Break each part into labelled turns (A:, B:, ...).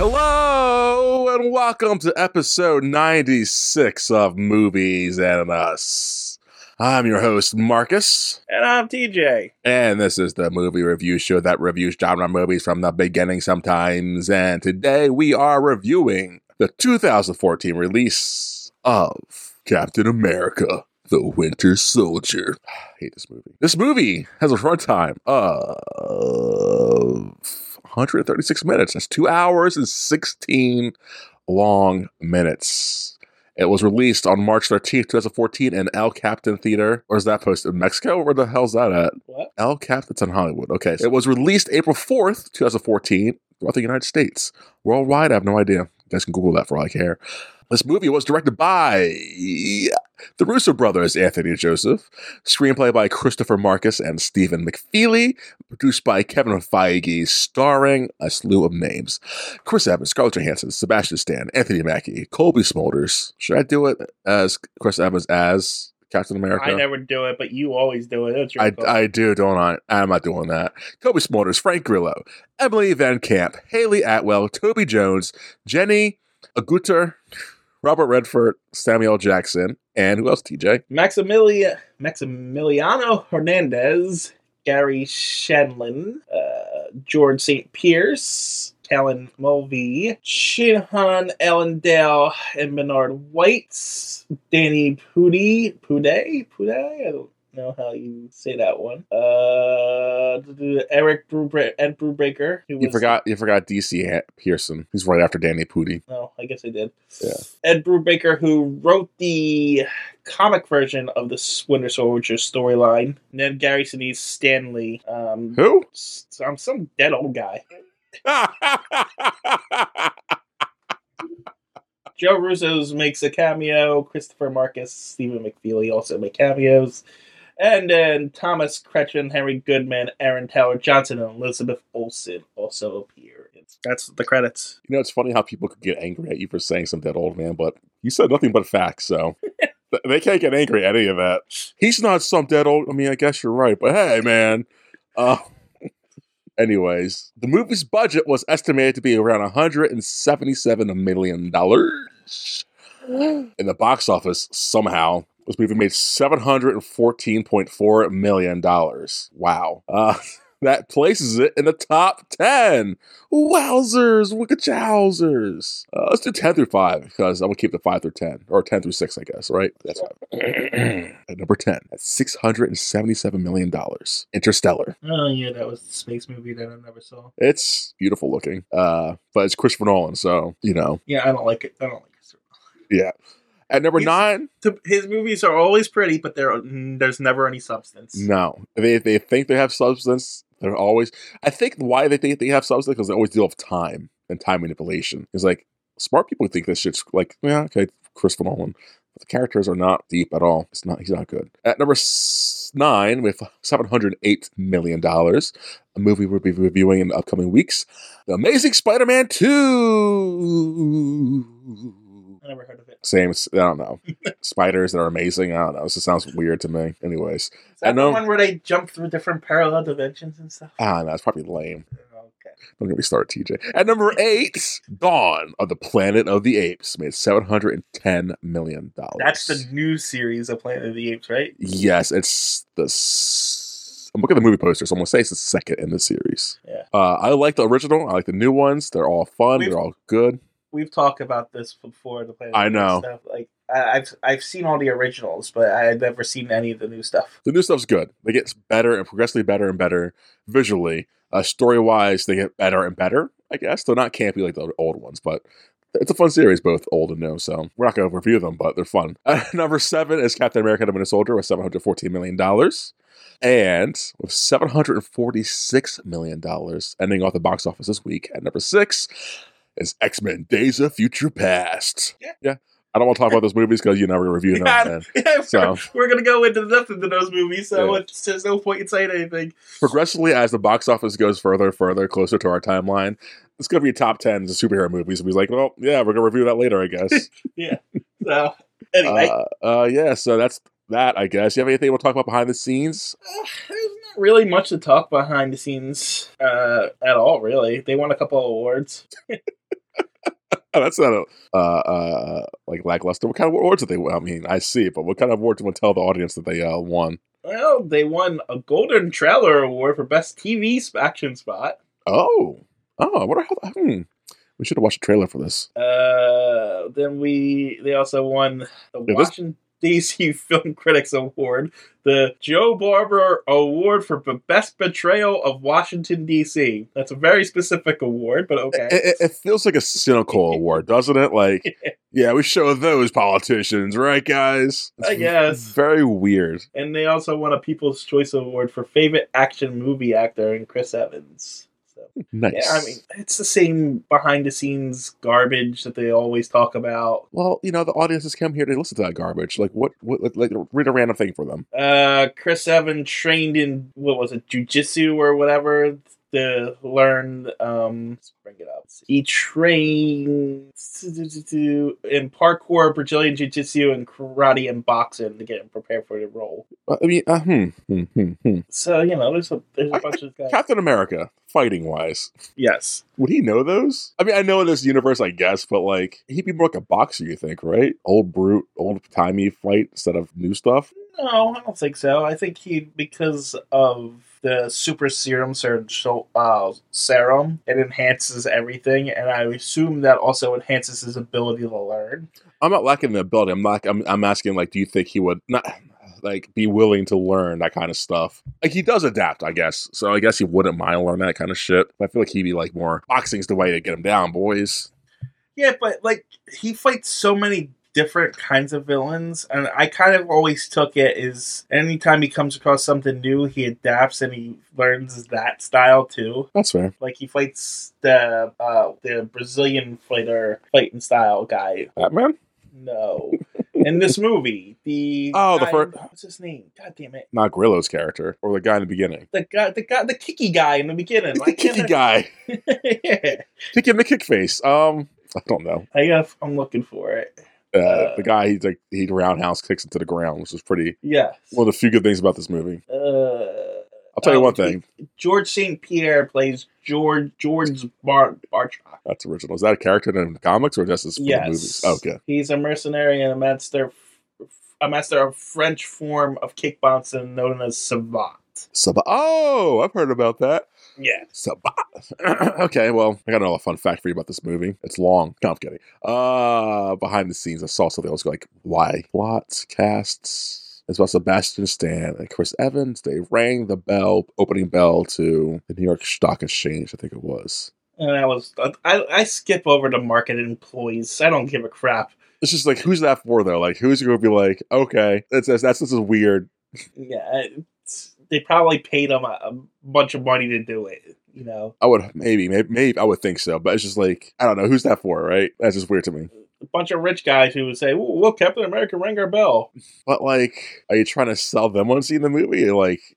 A: Hello and welcome to episode 96 of Movies and Us. I'm your host, Marcus,
B: And I'm TJ.
A: and this is the movie review show that reviews genre movies from the beginning sometimes. And today we are reviewing the 2014 release of Captain America. The Winter Soldier. I hate this movie. This movie has a runtime of 136 minutes. That's two hours and 16 long minutes. It was released on March 13th, 2014 in El Captain Theater. Or is that posted in Mexico? Where the hell's that at?
B: What?
A: El Cap, that's in Hollywood. Okay. So it was released April 4th, 2014, throughout the United States. Worldwide, I have no idea. You guys can Google that for all I care. This movie was directed by the Russo brothers, Anthony and Joseph, screenplay by Christopher Marcus and Stephen McFeely, produced by Kevin Feige, starring a slew of names. Chris Evans, Scarlett Johansson, Sebastian Stan, Anthony Mackie, Colby Smulders. Should I do it as Chris Evans as Captain America?
B: I never do it, but you always do it. That's your
A: I,
B: fault.
A: I do, don't I? I'm not doing that. Kobe Smulders, Frank Grillo, Emily Van Camp, Haley Atwell, Toby Jones, Jenny Agutter, Robert Redford, Samuel Jackson, and who else, TJ?
B: Maximilia, Maximiliano Hernandez, Gary Shanlin, uh, George St. Pierce, Alan Mulvey, Shinhan Allendale, and Bernard White, Danny Pudi, Pude, Pude? I don't know how you say that one. Uh, Eric Brubre- Ed Brubaker. Who
A: You
B: was-
A: forgot you forgot DC Ha- Pearson, who's right after Danny Pudi.
B: No, I guess I did.
A: Yeah.
B: Ed Brubaker, who wrote the comic version of the Winter Soldier storyline, and then Gary Sinise Stanley. Um,
A: Who?
B: s- some, some dead old guy. Joe Russo's makes a cameo. Christopher Marcus, Stephen McFeely also make cameos. And then Thomas Cretchen, Henry Goodman, Aaron Taylor Johnson, and Elizabeth Olsen also appear. That's the credits.
A: You know, it's funny how people could get angry at you for saying some dead old man, but you said nothing but facts, so th- they can't get angry at any of that. He's not some dead old. I mean, I guess you're right, but hey, man. Uh, anyways, the movie's budget was estimated to be around 177 million dollars. In the box office, somehow, this movie made 714.4 million dollars. Wow. Uh, that places it in the top 10 Wowzers, Wickachowzers. Uh, let's do 10 through 5 because I'm going to keep the 5 through 10, or 10 through 6, I guess, right? That's right. At number 10, at $677 million, Interstellar.
B: Oh, yeah, that was the space movie that I never saw.
A: It's beautiful looking, uh, but it's Christopher Nolan, so, you know,
B: Yeah, I don't like it. I don't like it.
A: yeah. At number
B: He's-
A: 9,
B: to, his movies are always pretty, but there mm, there's never any substance.
A: no. They, they think they have substance. They're always, I think why they think they have substance because they always deal with time and time manipulation. It's like, smart people think this shit's like, yeah, okay, Christopher Nolan. But the characters are not deep at all. It's not. He's not good. At number s- nine, with seven hundred eight million dollars, a movie we'll be reviewing in the upcoming weeks, The Amazing Spider-Man Two.
B: I never heard of it.
A: Same. s- I don't know. Spiders that are amazing. I don't know. This just sounds weird to me. Anyways,
B: Is that
A: I know-
B: the one where they jump through different parallel dimensions and stuff?
A: ah, no, it's probably lame.
B: Okay.
A: Don't get me started, TJ. At number eight, Dawn of the Planet of the Apes made seven hundred and ten million dollars.
B: That's the new series of Planet of the Apes, right?
A: Yes, it's the. s- I'm looking at the movie poster, so I'm gonna say it's the second in the series.
B: Yeah.
A: Uh, I like the original. I like the new ones. They're all fun.
B: We've-
A: They're all good.
B: We've talked about this before. The Planet.
A: I
B: of the Apes
A: know.
B: Stuff. Like I, I've I've seen all the originals, but I had never seen any of the new stuff.
A: The new stuff's good. They get better and progressively better and better visually. Uh, story wise, they get better and better. I guess they're not campy like the old ones, but it's a fun series, both old and new. So we're not gonna review them, but they're fun. Uh, number seven is Captain America: The Winter Soldier with seven hundred fourteen million dollars. And with $746 million ending off the box office this week at number six is X Men Days of Future Past.
B: Yeah.
A: yeah. I don't want to talk about those movies because you're never going to review them.
B: Yeah,
A: and
B: we're,
A: So-
B: we're gonna go into depth into those movies, so
A: Yeah.
B: it's, there's no point in saying anything.
A: progressively as the box office goes further and further closer to our timeline it's going to be top 10 of superhero movies we're like well yeah we're going to review that later i guess
B: So anyway,
A: uh, uh, yeah so that's that i guess you have anything we'll talk about behind the scenes
B: Uh, there's not really much to talk behind the scenes uh, at all. Really, they won a couple of awards.
A: That's not a uh, uh, like lackluster. What kind of awards did they? I mean, I see, but what kind of award do you want to tell the audience that they uh, won?
B: Well, they won a Golden Trailer Award for Best TV Sp- Action Spot.
A: Oh, oh, I wonder how. Hmm. We should have watched a trailer for this.
B: Uh, then we they also won the
A: this-
B: Washington D.C. Film Critics Award, the Joe Barber Award for the Best Betrayal of Washington D.C. That's a very specific award, but okay.
A: It, it- it feels like a cynical award, doesn't it? Like, yeah, we show those politicians, right, guys?
B: I guess.
A: Very weird.
B: and they also won a People's Choice Award for favorite action movie actor in Chris Evans. So
A: Nice.
B: yeah, I mean it's the same behind the scenes garbage that they always talk about.
A: well, you know, the audiences come here to listen to that garbage. Like, what? what like, read a random thing for them.
B: uh Chris Evan trained in what was it jujitsu or whatever to learn um let's bring it up he trained in parkour Brazilian jiu-jitsu and karate and boxing to get him prepared for the role
A: Uh, I mean, uh, hmm, hmm, hmm, hmm.
B: so you know there's a there's a bunch of guys
A: Captain America, fighting wise,
B: yes
A: would he know those? I mean, I know in this universe, I guess, but like, he'd be more like a boxer, you think, right? Old brute, old timey fight instead of new stuff.
B: no I don't think so I think he because of the super serum surge so uh serum it enhances everything and I assume that also enhances his ability to learn
A: I'm not lacking the ability. I'm not. I'm, I'm asking like, do you think he would not like be willing to learn that kind of stuff? Like he does adapt, I guess. So I guess he wouldn't mind learning that kind of shit. But I feel like he'd be like more boxing's the way to get him down, boys.
B: Yeah, but like he fights so many different kinds of villains, and I kind of always took it is anytime he comes across something new, he adapts and he learns that style too.
A: That's fair.
B: Like he fights the uh, the Brazilian fighter fighting style guy.
A: Batman.
B: No, in this movie, the
A: Oh, the
B: guy-
A: fir-
B: what's his name? God damn it.
A: Not Grillo's character or the guy in the beginning.
B: The guy, the guy, the kicky guy in the beginning.
A: It's the kicky guy.
B: guy. yeah.
A: Kick him the kick face. Um, I don't know.
B: I guess I'm looking for it.
A: Uh,
B: Uh.
A: the guy he's like he roundhouse kicks into the ground, which is pretty
B: Yes.
A: one of the few good things about this movie.
B: uh,
A: I'll tell you
B: Oh,
A: one thing.
B: George St. Pierre plays George George Bar Bartra.
A: That's original. Is that a character in the comics or just as for the movies?
B: Yes.
A: Okay.
B: He's a mercenary and a master a master of French form of kickboxing known as savant.
A: Sub- oh, I've heard about that.
B: Yeah.
A: So, okay, well, I got another fun fact for you about this movie. It's long. No, I'm kidding. Uh, behind the scenes, I saw something. I was like, why? Plots, casts. It's about Sebastian Stan and Chris Evans. They rang the bell, opening bell to the New York Stock Exchange, I think it was.
B: And I was I, I skip over to market employees. I don't give a crap.
A: It's just like, who's that for, though? Like, who's going to be like, okay, that's, that's, that's this is weird.
B: Yeah. it's- they probably paid him a, a bunch of money to do it, you know.
A: I would, maybe, maybe, maybe, I would think so. But it's just like, I don't know, who's that for, right? That's just weird to me.
B: A bunch of rich guys who would say, "Ooh, look, Captain America rang our bell.
A: But like, are you trying to sell them on seeing the movie? Like,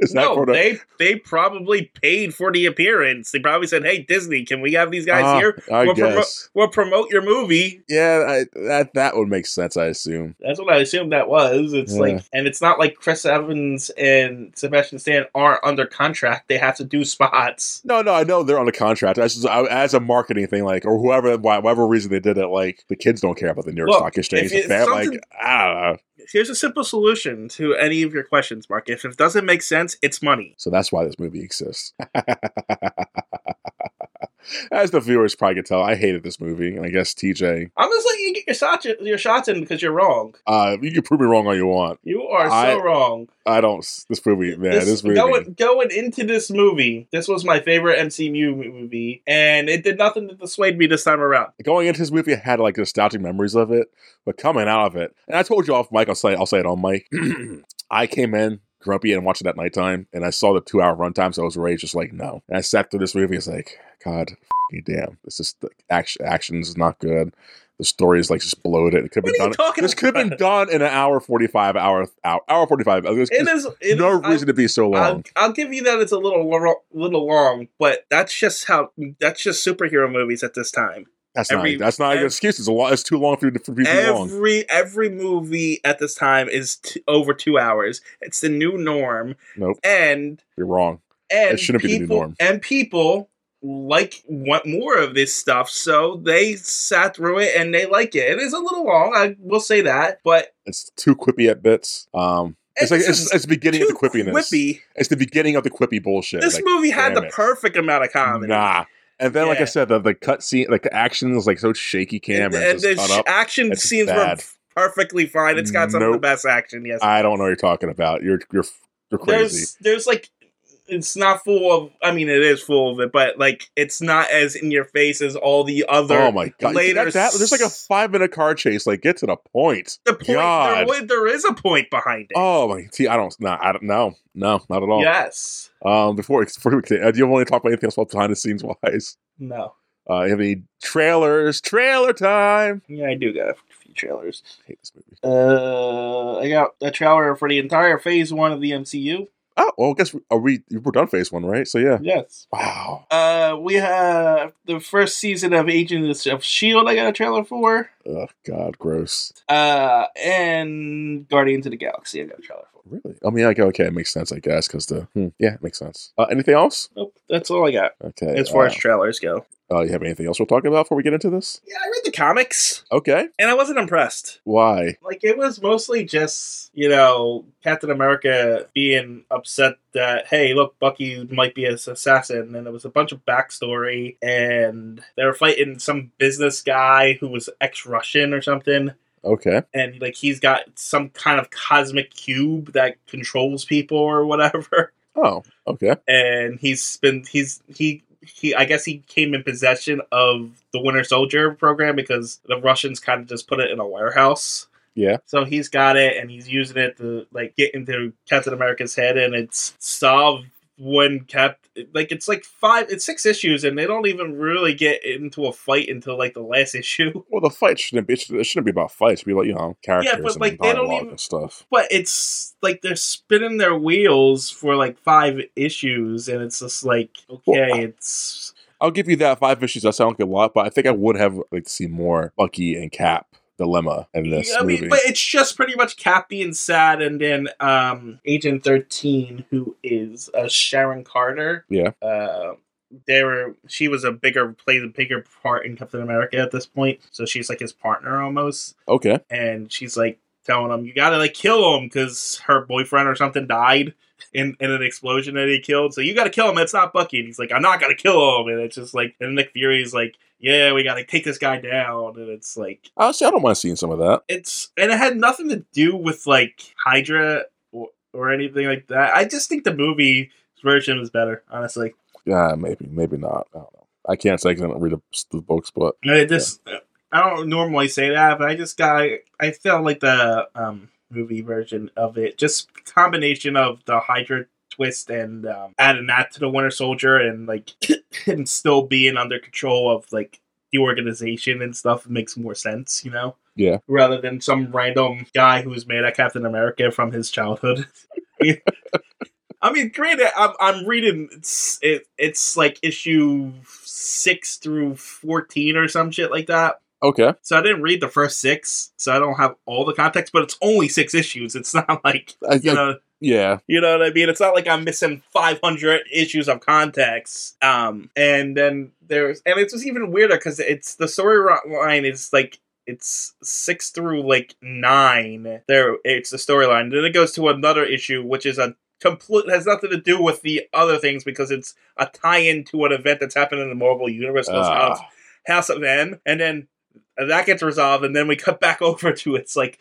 A: is that
B: no,
A: for the-
B: they they probably paid for the appearance. They probably said, "Hey Disney, can we have these guys
A: Ah,
B: here?
A: I
B: We'll promote-
A: guess.
B: We'll promote your movie."
A: yeah, I, that that would make sense. I assume.
B: That's what I assumed that was. It's
A: Yeah.
B: like, and it's not like Chris Evans and Sebastian Stan aren't under contract. They have to do spots.
A: No, no, I know they're on a contract. That's just, I, as a marketing thing, like or whoever, why- whatever reason they did it, like the kids don't care about the New York
B: Look,
A: Stock Exchange.
B: if
A: The
B: it's
A: fam-
B: something-
A: like I don't know.
B: Here's a simple solution to any of your questions, Mark. If it doesn't make sense, it's money.
A: So that's why this movie exists. As the viewers probably could tell, I hated this movie, and I guess TJ,
B: I'm just letting you get your shots, your shots in because you're wrong.
A: uh, you can prove me wrong all you want.
B: You are
A: I-
B: so wrong.
A: I don't. This movie, man, this, movie.
B: Going, going into this movie, this was my favorite MCU movie, and it did nothing to dissuade me this time around.
A: going into this movie, I had like nostalgic memories of it, but coming out of it, and I told you off mic, I'll say, I'll say it on mic. I came in grumpy and watched it at nighttime, and I saw the two hour runtime, so I was rage, just like no. And I sat through this movie, it's like, God, f***ing damn, this is the action, actions is not good. The story is like just bloated. It could have
B: What
A: been
B: are
A: done.
B: you talking
A: This could have been
B: about?
A: done in an hour forty five, hour hour, hour forty five. There's
B: It
A: there's
B: is. it
A: no
B: is-
A: reason to be so
B: I'll,
A: long.
B: I'll, I'll give you that it's a little lo- little long, but that's just how that's just superhero movies at this time.
A: that's
B: every-
A: not. That's not an
B: ev-
A: excuse. It's a lot. It's too long for you to for you to be long.
B: Every every movie at this time is t- over two hours. It's the new norm,
A: Nope,
B: and
A: you're wrong.
B: and
A: It shouldn't be
B: people,
A: the new norm.
B: And people like want more of this stuff, so they sat through it and they like it. It is a little long, I will say that, but
A: It's too quippy at bits. Um, it's, like it's, it's the beginning of the quippiness.
B: quippy.
A: It's the beginning of the quippy bullshit.
B: This
A: Like,
B: movie had
A: damn
B: the
A: it.
B: perfect amount of comedy.
A: Nah. And then, like I
B: Yeah.
A: said, the, the cut scene, like the action is like so shaky cam and,
B: and,
A: it's
B: the
A: just cut
B: sh-
A: up.
B: action
A: It's
B: scenes
A: bad.
B: were perfectly fine. It's got some of
A: Nope.
B: the best action. Yes,
A: I don't know what you're talking about. You're you're you're crazy.
B: There's there's like it's not full of I mean it is full of it, but like it's not as in your face as all the other
A: oh my god!
B: later
A: That- that- there's like a
B: s-
A: five minute car chase. Like get to the point.
B: the point there,
A: God.
B: wa- there is a point behind it.
A: Oh my! See, I don't. No, I don't. No, no, not at all.
B: Yes.
A: Um, before before we continue, do you want to talk about anything else about behind the scenes wise?
B: No.
A: Uh, you have any trailers? Trailer time.
B: Yeah, I do got a few trailers.
A: I hate this movie.
B: Uh I got a trailer for the entire phase one of the MCU.
A: Oh well, I guess we, are we we're done phase one, right? So yeah.
B: Yes.
A: Wow.
B: Uh, we have the first season of Agents of Shield. I got a trailer for.
A: Oh God, gross.
B: Uh, and Guardians of the Galaxy. I got a trailer for.
A: Really? I mean, like okay, it makes sense, I guess, because the hmm, yeah, it makes sense. Uh, anything else?
B: Nope, that's all I got
A: Okay.
B: as far
A: uh,
B: as trailers go.
A: uh, you have anything else we'll talk about before we get into this?
B: Yeah, I read the comics
A: Okay.
B: and I wasn't impressed.
A: Why?
B: Like it was mostly just, you know, Captain America being upset that hey, look, Bucky might be an assassin and it was a bunch of backstory and they were fighting some business guy who was ex-Russian or something
A: Okay.
B: and like he's got some kind of cosmic cube that controls people or whatever
A: Oh, okay.
B: and he's been he's he he I guess he came in possession of the Winter Soldier program because the Russians kind of just put it in a warehouse.
A: Yeah.
B: So he's got it and he's using it to like get into Captain America's head and it's solved when Cap like it's like five it's six issues and they don't even really get into a fight until like the last issue.
A: Well, the fight shouldn't be. It shouldn't- it shouldn't be about fights. It'd be like you know characters
B: but,
A: and
B: like, they don't
A: dialogue
B: even-
A: and stuff.
B: But it's like they're spinning their wheels for like five issues and it's just like okay,
A: Well,
B: it's
A: I'll give you that five issues. That sound like a lot, but I think I would have liked to see more Bucky and Cap dilemma in this
B: Yeah, I
A: movie.
B: mean, but it's just pretty much Cap being sad, and then um, Agent Thirteen, who is uh, Sharon Carter.
A: Yeah.
B: Uh, they were. She was a bigger played a bigger part in Captain America at this point, so she's like his partner almost,
A: okay.
B: and she's like telling him, "You gotta like kill him because her boyfriend or something died." In, in an explosion that he killed, so you got to kill him. That's not Bucky. And he's like, I'm not gonna kill him. And it's just like, and Nick Fury's like, yeah, we got to take this guy down. And it's like,
A: Honestly, I don't mind seeing some of that.
B: it's and it had nothing to do with like Hydra or, or anything like that. I just think the movie version was better, honestly.
A: Yeah, maybe, maybe not. I don't know. I can't say because I don't read the, the books, but
B: And it just I don't normally say that, but I just got I felt like the um movie version of it just combination of the Hydra twist and um, adding that to the Winter Soldier and like him still being under control of like the organization and stuff makes more sense, you know.
A: Yeah.
B: Rather than some random guy who's made a Captain America from his childhood. I mean, granted, I'm, I'm reading it's it, it's like issue six through fourteen or some shit like that.
A: okay.
B: So I didn't read the first six, so I don't have all the context. But it's only six issues. It's not like
A: I,
B: you
A: I-
B: know
A: yeah,
B: you know what I mean? It's not like I'm missing 500 issues of context. Um, and then there's, and it's just even weirder because it's the story ro- line is like it's six through like nine. There, it's the storyline. Then it goes to another issue, which is a complete has nothing to do with the other things because it's a tie-in to an event that's happened in the Marvel universe. called
A: Ah.
B: House- House of M, and then that gets resolved, and then we cut back over to it's like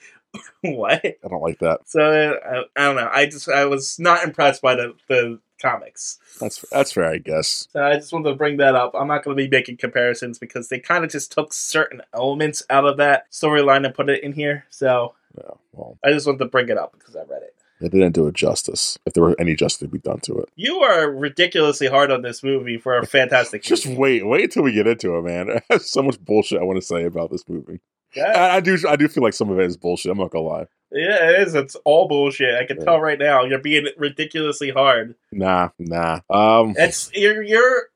B: what?
A: I don't like that.
B: So I, I don't know. I just I was not impressed by the the comics.
A: That's that's fair, I guess.
B: So I just wanted to bring that up. I'm not going to be making comparisons because they kind of just took certain elements out of that storyline and put it in here. So
A: Yeah, well,
B: I just wanted to bring it up because I read it.
A: they didn't do it justice. If there were any justice to be done to it,
B: You are ridiculously hard on this movie for a fantastic.
A: just
B: movie.
A: wait, wait till we get into it, man. There's so much bullshit I want to say about this movie.
B: yeah,
A: I, I do, I do feel like some of it is bullshit. I'm not gonna lie.
B: yeah, it is. It's all bullshit. I can
A: Yeah.
B: tell right now. You're being ridiculously hard.
A: Nah, nah. Um,
B: It's you're you're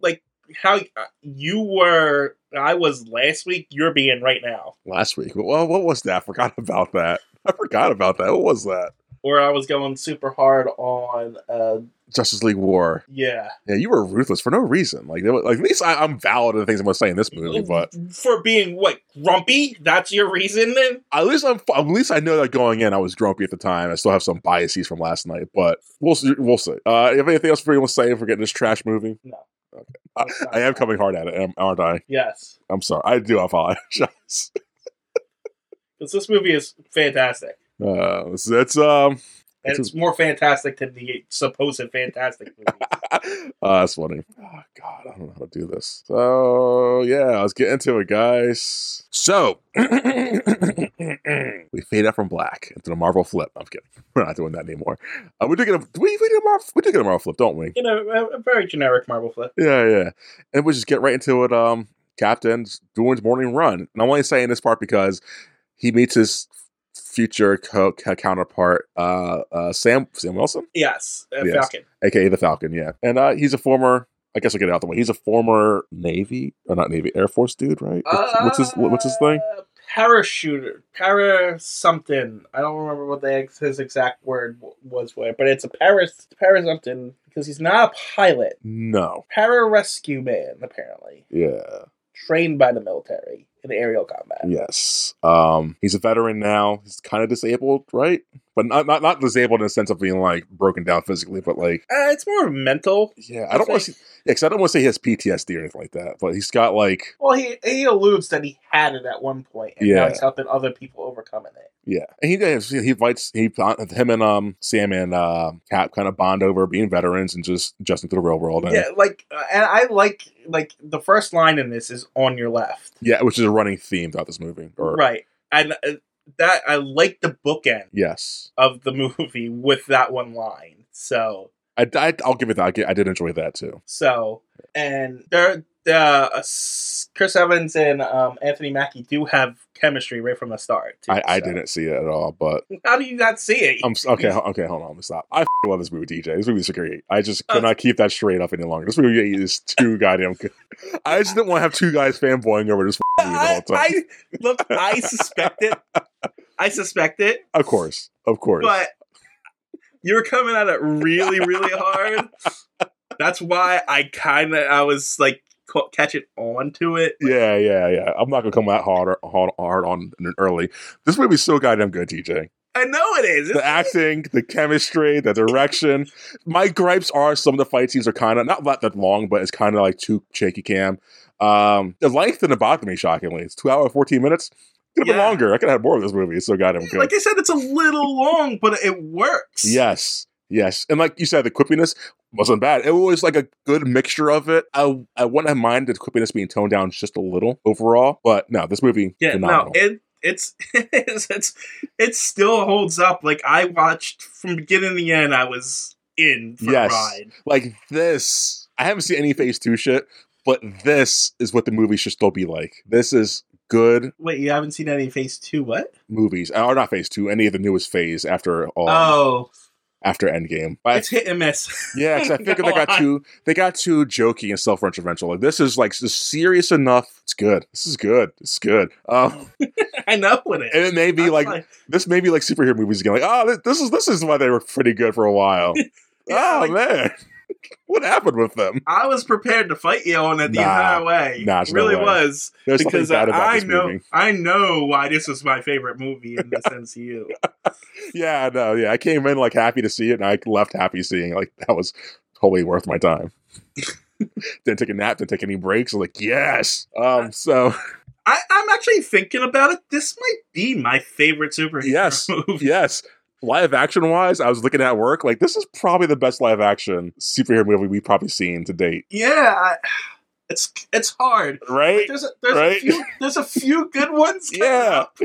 B: like how uh, you were. I was last week. You're being right now.
A: last week. Well, what was that? I forgot about that. I forgot about that. What was that?
B: where I was going super hard on uh,
A: Justice League War.
B: Yeah.
A: Yeah, you were ruthless for no reason. Like, there was, like at least I, I'm valid in the things I'm going to say in this movie, but
B: for being what grumpy, that's your reason. Then
A: at least I'm at least I know that going in, I was grumpy at the time. I still have some biases from last night, but we'll see. We'll see. Uh, you have anything else for you want to say for getting this trash movie?
B: No.
A: Okay. I, I am coming hard at it, am- aren't I?
B: yes,
A: I'm sorry. I do apologize.
B: because this movie is fantastic,
A: Uh, that's- that's um,
B: and
A: It's a-
B: it's more fantastic than the supposed fantastic movie.
A: uh, that's funny. Oh, God, I don't know how to do this. So yeah, let's get into it, guys. So we fade out from black into the Marvel flip. I'm kidding. We're not doing that anymore. Uh, we're doing a we, we did a Marvel we did get a Marvel flip, don't we?
B: you know, a, a very generic Marvel flip.
A: Yeah, yeah. And we just get right into it. Um, Captain's doing his morning run, and I'm only saying this part because he meets his future co- co- counterpart, uh, uh, Sam Sam Wilson.
B: Yes, uh,
A: Yes.
B: Falcon.
A: aka the Falcon. Yeah, and uh, he's a former. I guess I'll get it out the way. He's a former Navy, or not Navy, Air Force dude, right? What's, what's his What's his thing?
B: Uh, Parachuter, para something. I don't remember what the ex- his exact word w- was, where, but it's a paras para something because he's not a pilot.
A: No.
B: Para rescue man, apparently
A: Yeah.
B: trained by the military in aerial combat.
A: Mm. Yes. Um. He's a veteran now. He's kind of disabled, right? But not not not disabled in the sense of being like broken down physically, but like
B: Uh, it's more mental.
A: yeah. I don't want to.
B: think-
A: see Yeah, because I don't want to say he has PTSD or anything like that. But he's got like
B: Well, he he alludes that he had it at one point, and now
A: Yeah.
B: he's helping other people overcome it.
A: yeah. And he does. He fights. He him and um Sam and uh, Cap kind of bond over being veterans and just adjusting to the real world. And,
B: Yeah, like, uh, and I like like the first line in this is on your left,
A: Yeah, which is a running theme throughout this movie. Or
B: right, and uh, that I like the bookend
A: Yes,
B: of the movie with that one line. So
A: I, I will give it that. I, gi- I did enjoy that too.
B: so and there. The uh, s- Chris Evans and um, Anthony Mackie do have chemistry right from the start. too,
A: I, I
B: so.
A: didn't see it at all, but
B: How do you not see it?
A: I'm s- okay. ho- Okay, hold on, let me stop. I f***ing love this movie, DJ. This movie is great. I just could
B: Uh,
A: not keep that straight up any longer. This movie is too goddamn good. I just didn't want to have two guys fanboying over this f***ing movie the whole
B: I,
A: time.
B: I- look. I suspect it. I suspect it,
A: of course, of course.
B: but you were coming at it really, really hard. That's why I kind of I was like ca- catching on to it.
A: yeah, yeah, yeah. I'm not gonna come that hard, hard, hard on early. This movie's so goddamn good, DJ.
B: I know it is.
A: the acting, the chemistry, the direction. My gripes are some of the fight scenes are kind of not that, that long, but it's kind of like too shaky cam. Um, the length didn't bother me shockingly. It's two hour fourteen minutes. Could have been
B: Yeah.
A: longer. I could have had more of this movie. It's so goddamn good.
B: like I said, it's a little long, but it works.
A: yes, yes, and like you said, the quippiness wasn't bad. It was like a good mixture of it. I I wouldn't have minded the quippiness being toned down just a little overall, but no, this movie
B: Yeah.
A: phenomenal.
B: No. It. It's, it's it's it still holds up. Like I watched from beginning to end. I was in for
A: Yes.
B: the ride.
A: like this i haven't seen any phase two shit but this is what the movie should still be like this is good
B: Wait, you haven't seen any Phase Two? What?
A: movies or not phase two any of the newest phase after all
B: oh,
A: after endgame but I-
B: it's hit and miss.
A: yeah because i figured they
B: Go
A: got
B: on.
A: too they got too jokey and self-referential like this is like just serious enough it's good this is good it's good um
B: I know what it
A: and
B: is.
A: it may be
B: I'm
A: like this may be like superhero movies again like oh this is this is why they were pretty good for a while
B: Yeah,
A: oh
B: like-
A: man what happened with them
B: I was prepared to fight you on it the
A: Nah.
B: entire way.
A: Nah,
B: Nah,
A: it's no
B: really
A: way.
B: was
A: there's
B: because
A: something bad about
B: I
A: this
B: know
A: movie
B: I know why this was my favorite movie in this MCU.
A: Yeah, no, yeah. I came in like happy to see it, and I left happy seeing. it. Like that was totally worth my time. didn't take a nap, didn't take any breaks. I was like, yes. Um, so
B: I, I'm actually thinking about it. This might be my favorite superhero
A: Yes.
B: movie.
A: yes, live action wise, I was looking at work like this is probably the best live action superhero movie we've probably seen to date,
B: Yeah, I, it's it's hard.
A: right?
B: There's a, there's a
A: Right?
B: few there's a few good ones. coming
A: Yeah.
B: up.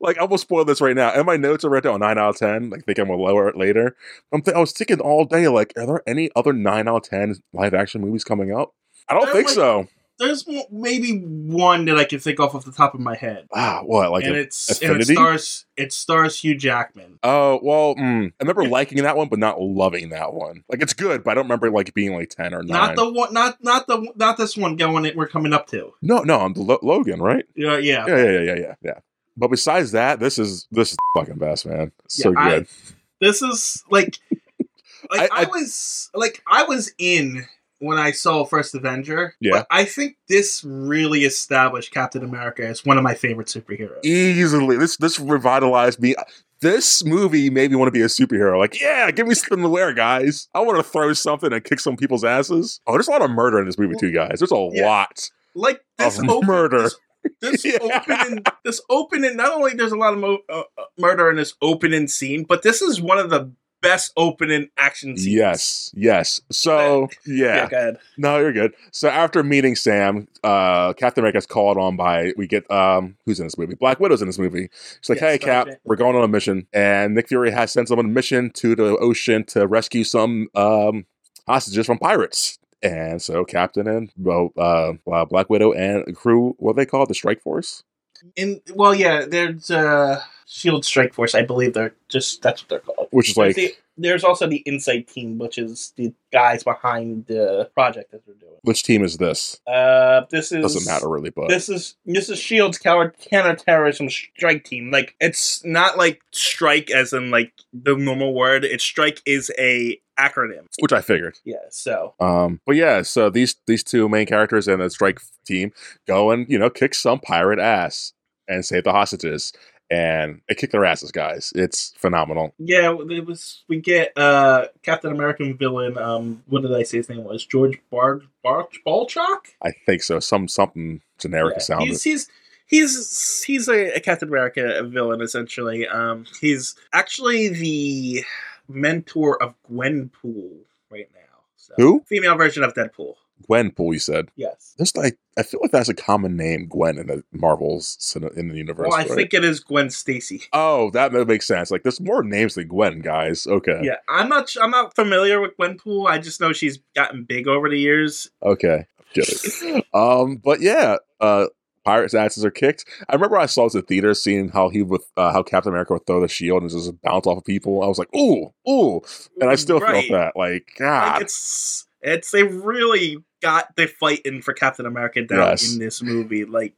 A: Like I'm gonna spoil this right now. And my notes are right down nine out of ten. Like think I'm gonna lower it later. I'm th- I was thinking all day like, are there any other nine out of ten live action movies coming up? I don't
B: There
A: think
B: might-
A: so.
B: There's mo- maybe one that I can think off off the top of my head,
A: Ah, what like
B: and
A: a-
B: it's and it
A: Affinity?
B: stars it stars Hugh Jackman.
A: Oh well, mm, I remember liking that one, but not loving that one. Like it's good, but I don't remember it, like being like ten or nine.
B: Not the one, not not the not this one going. That we're coming up to.
A: no, no, I'm the Lo- Logan, right?
B: Yeah, yeah.
A: Yeah, yeah, yeah, yeah, yeah, yeah. But besides that, this is this is the fucking best, man. It's So
B: Yeah, I-
A: good.
B: This is like Like
A: I-
B: I,
A: I-
B: was like I was in when I saw First Avenger.
A: Yeah.
B: But I think this really established Captain America as one of my favorite superheroes.
A: E Easily, this this revitalized me. This movie made me want to be a superhero. Like, yeah, give me something to wear, guys. I want to throw something and kick some people's asses. Oh, there's a lot of murder in this movie too, guys. There's a
B: Yeah.
A: lot
B: Like this
A: of
B: open,
A: murder.
B: this
A: Yeah.
B: opening, this opening. Not only there's a lot of mo- uh, uh, murder in this opening scene, but this is one of the best opening action scenes.
A: Yes, yes. So,
B: Yeah.
A: yeah.
B: go ahead.
A: No, you're good. So after meeting Sam, uh, Captain America's called on by we get um who's in this movie? Black Widow's in this movie. She's like,
B: Yes,
A: Hey
B: Black
A: Cap,
B: Widow.
A: we're going on a mission. And Nick Fury has sent someone on a mission to the ocean to rescue some um hostages from pirates. And so Captain and well, uh, uh, Black Widow and crew, what are they called? The Strike Force?
B: In well, yeah, there's uh, Shield Strike Force. I believe they're just that's what they're called.
A: Which is like
B: There's the- there's also the Insight Team, which is the guys behind the project that they're doing.
A: which team is this?
B: Uh, this is
A: Doesn't matter really, but
B: This is this is Shield's counter counterterrorism strike team. Like it's not like strike as in like the normal word. It's strike is a acronym.
A: which I figured.
B: Yeah. So
A: Um, but yeah, so these these two main characters and the strike team go and you know kick some pirate ass and save the hostages, and they kick their asses, guys. It's phenomenal.
B: yeah, it was we get uh Captain American villain. Um, what did I say his name was? George Bard Bar- Balchok.
A: I think so. Some something generic
B: Yeah,
A: sounded.
B: He's he's he's he's a, a Captain America villain essentially. Um, he's actually the mentor of Gwenpool right now. So,
A: Who?
B: Female version of Deadpool.
A: Gwenpool, you said.
B: Yes.
A: There's like I feel like that's a common name, Gwen, in the Marvels cin- in the universe.
B: Well, I
A: right?
B: think it is Gwen Stacy.
A: Oh, that ma- makes sense. Like, there's more names than Gwen, guys. Okay.
B: Yeah, I'm not. su- I'm not familiar with Gwenpool. I just know she's gotten big over the years.
A: Okay. Get it. um, but yeah, uh, pirates' asses are kicked. I remember I saw this in theater, seeing how he would, uh, how Captain America would throw the shield and just bounce off of people. I was like, ooh, ooh, and I still
B: Right.
A: felt that. Like,
B: Like,
A: God,
B: it's it's they really got the fighting for Captain America down
A: Yes.
B: in this movie. Like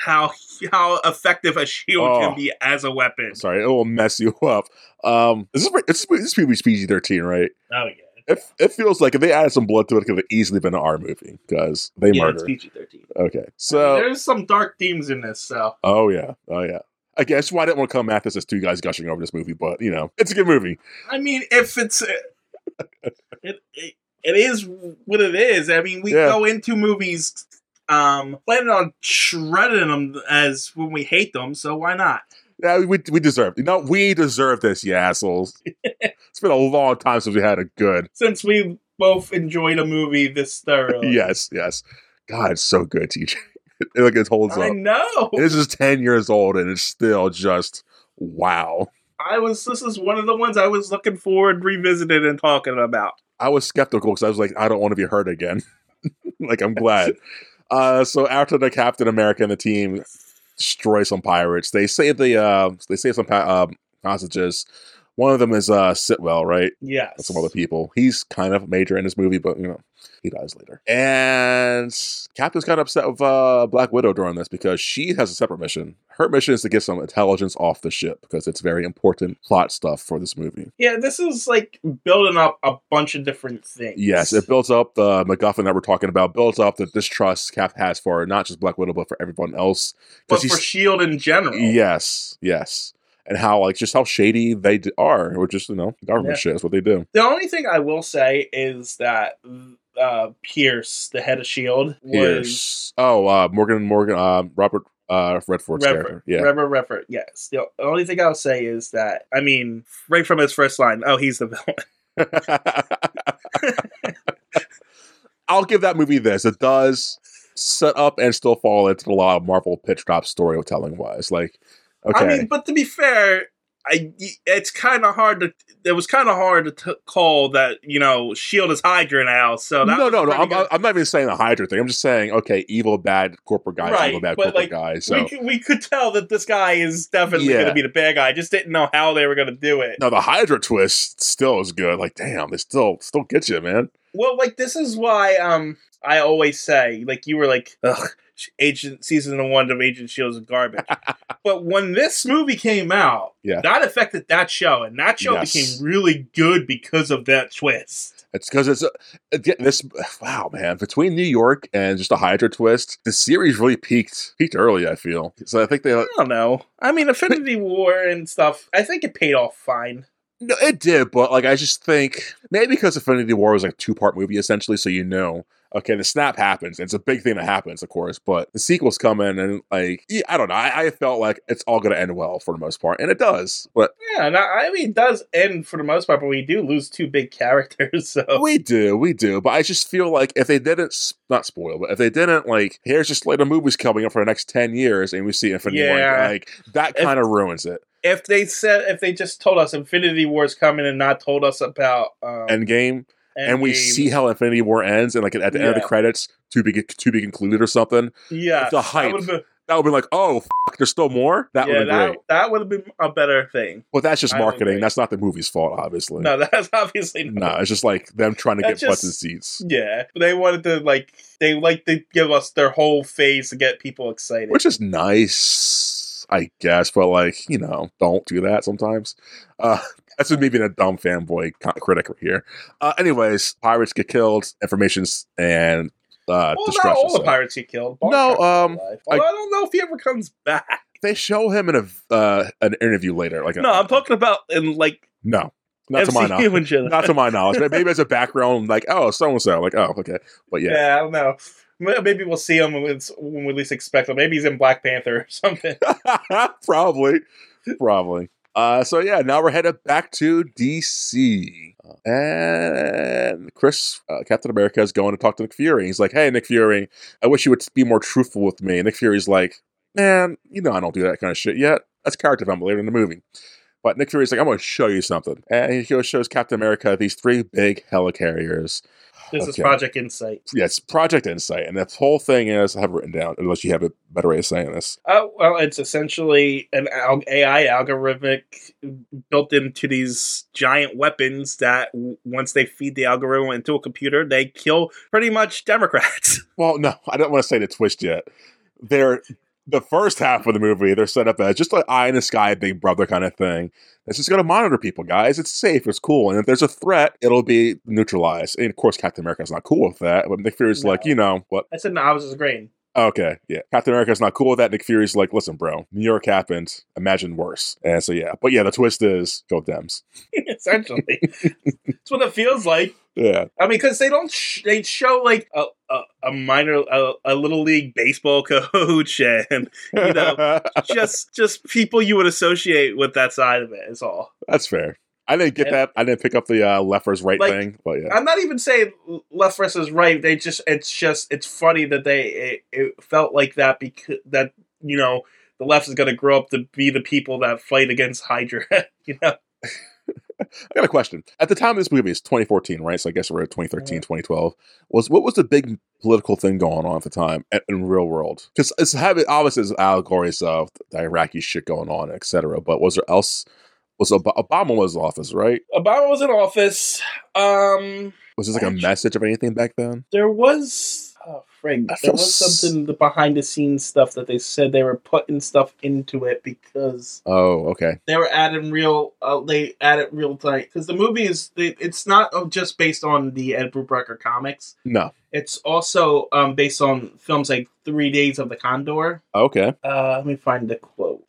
B: how how effective a shield
A: Oh.
B: can be as a weapon.
A: sorry, it will mess you up. Um, this is it's, this movie's PG thirteen, right?
B: Oh yeah.
A: It, it feels like if they added some blood to it, it could have easily been an R movie because they
B: yeah, it's
A: murder.
B: PG thirteen.
A: Okay, so
B: there's some dark themes in this, so
A: oh yeah, oh yeah. I guess why I didn't want to come at this as two guys gushing over this movie, but you know, it's a good movie.
B: I mean, if it's uh, it, it, it is what it is. I mean, we
A: Yeah.
B: go into movies um planning on shredding them as when we hate them, so why not?
A: Yeah, we we deserve. You know, we deserve this, you assholes. it's been a long time since we had a good.
B: Since we both enjoyed a movie this thoroughly,
A: Yes, yes. God, it's so good, TJ. It, like it holds
B: I
A: up.
B: know.
A: This is ten years old, and it's still just wow.
B: I was. This is one of the ones I was looking forward revisiting and talking about.
A: I was skeptical because I was like, I don't want to be hurt again. like I'm glad. uh, so after the Captain America and the team destroy some pirates, they save the uh, they save some pa- um hostages. One of them is uh, Sitwell, right?
B: Yes.
A: with some other people. He's kind of major in this movie, but you know, he dies later. And Captain's kind of upset with uh, Black Widow during this because she has a separate mission. Her mission is to get some intelligence off the ship because it's very important plot stuff for this movie.
B: Yeah, this is like building up a bunch of different things.
A: Yes, it builds up the MacGuffin that we're talking about, builds up the distrust Cap has for not just Black Widow, but for everyone else.
B: but
A: Because
B: for
A: he's
B: Shield E in general.
A: Yes, yes. And how like just how shady they d- are, or just you know government
B: Yeah.
A: shit is what they do.
B: The only thing I will say is that uh, Pierce, the head of Shield, E was
A: Pierce. Oh, uh, Morgan, Morgan, uh, Robert uh, Redford's
B: Refer,
A: character. Yeah.
B: Rever Refer, yes. The only thing I'll say is that I mean, right from his first line, oh, he's the villain.
A: I'll give that movie this. It does set up and still fall into the law of Marvel pitch drop storytelling wise. Like, okay,
B: I mean, but to be fair, I it's kind of hard to. It was kind of hard to t- call that you know Shield E is Hydra now. So that
A: no,
B: was
A: no, no.
B: pretty
A: I'm, uh,
B: good.
A: I'm not even saying the Hydra thing. I'm just saying, okay, evil bad corporate guys,
B: Right,
A: evil bad
B: but,
A: corporate
B: like,
A: guys. So
B: we, could- we could tell that this guy is definitely
A: Yeah.
B: going to be the bad guy. I just didn't know how they were going to do it.
A: now the Hydra twist still is good. Like, damn, they still still get you, man.
B: Well, like this is why um I always say like you were like Ugh, Agent season one of Agent Shields is garbage. But when this movie came out,
A: Yeah.
B: that affected that show, and that show
A: Yes.
B: became really good because of that twist.
A: It's because it's uh, again, this. Wow, man! Between New York and just a Hydra twist, the series really peaked peaked early. I feel so. I think they. uh,
B: I don't know. I mean, Affinity War and stuff. I think it paid off fine.
A: No, it did, but like I just think maybe because Affinity War was like a two part movie essentially, so you know, okay, the snap happens. And it's a big thing that happens, of course, but the sequels come in and like yeah, I don't know. I, I felt like it's all gonna end well for the most part, and it does. But
B: Yeah, and I, I mean, it does end for the most part, but we do lose two big characters. So
A: we do, we do. But I just feel like if they didn't s- not spoil, but if they didn't like here's just later movies coming up for the next ten years, and we see Infinity War,
B: Yeah.
A: like that
B: If-
A: kind of ruins it.
B: if they said, if they just told us Infinity War is coming and not told us about um,
A: Endgame, and we
B: Endgame,
A: see how Infinity War ends, and like at the end of the
B: Yeah.
A: credits, to be to be concluded or something.
B: yeah,
A: the
B: that
A: hype.
B: would've been-
A: that would be like, oh, f- there's still more. That would
B: yeah,
A: have been
B: that,
A: great.
B: that would have been a better thing.
A: But that's just
B: I would
A: marketing.
B: agree.
A: That's not the movie's fault, obviously. No,
B: No, that's obviously not.
A: it's just like them trying to get
B: That's
A: butts in
B: just-
A: seats,
B: Yeah, they wanted to like they like to give us their whole phase to get people excited.
A: which is nice, I guess. But like, you know, don't do that sometimes. Uh, that's just me being a dumb fanboy co- critic right here. Uh, anyways, pirates get killed, informations and uh,
B: well, not
A: destruction.
B: all the
A: so-
B: pirates he killed.
A: No, um,
B: I, I don't know if he ever comes back.
A: they show him in a uh, an interview later. Like,
B: No, I'm talking about in like
A: no, not to my
B: MCU
A: knowledge.
B: in general.
A: Not to my knowledge. Maybe as a background, like, oh, so and so, like, oh, okay, but yeah,
B: yeah. I don't know. M- Maybe we'll see him when, it's- when we least expect him. Maybe he's in Black Panther or something.
A: probably, probably. Uh, so yeah, now we're headed back to DC, and Chris, uh, Captain America, is going to talk to Nick Fury. He's like, "Hey, Nick Fury, I wish you would be more truthful with me." And Nick Fury's like, "Man, you know I don't do that kind of shit yet. That's character development later in the movie." But Nick Fury's like, "I'm going to show you something," and he goes shows Captain America these three big helicarriers.
B: This is
A: Okay.
B: Project Insight.
A: Yes, Project Insight, and this whole thing is I have it written down. Unless you have a better way of saying this,
B: Uh, well, it's essentially an al- AI algorithmic built into these giant weapons that w- once they feed the algorithm into a computer, they kill pretty much Democrats.
A: Well, no, I don't want to say the twist yet. They're the first half of the movie. They're set up as just an eye in the sky, Big Brother kind of thing. It's just going to monitor people, guys. It's safe. It's cool. And if there's a threat, it'll be neutralized. And of course, Captain America's not cool with that. But Nick Fury's like,
B: No.
A: you know what?
B: I said, no, I was just agreeing.
A: Okay, yeah. Captain America's not cool with that. Nick Fury's like, listen, bro, New York happened. Imagine worse. And so yeah, but yeah, the twist is go Dems.
B: essentially, it's what it feels like.
A: Yeah,
B: I mean, because they don't, sh- they show like a, a, a minor, a, a little league baseball coach and You know. just just people you would associate with that side of it is all.
A: that's fair. I didn't get
B: And-
A: that. I didn't pick up the uh, left versus right
B: Like,
A: thing, but yeah.
B: I'm not even saying left versus right. They just it's just it's funny that they it, it felt like that because that you know the left is going to grow up to be the people that fight against Hydra. you know,
A: I got a question. At the time of this movie, it's 2014, right? So I guess we're at 2013,
B: Yeah.
A: 2012. Was what was the big political thing going on at the time at, in real world? Because it's having obviously it's allegories of the Iraqi shit going on, etc. But was there else? Was Ob- Obama was in office, right?
B: Obama was in office. Um,
A: Was this like a
B: Actually-
A: message of anything back then?
B: there was oh frig,
A: I
B: there
A: feel
B: was
A: s-
B: something the behind the scenes stuff that they said they were putting stuff into it because
A: Oh, okay.
B: they were adding real uh, they added real time because the movie is it, it's not uh, just based on the ed brubaker comics
A: No.
B: it's also um, based on films like three days of the condor
A: Okay.
B: uh, let me find the quote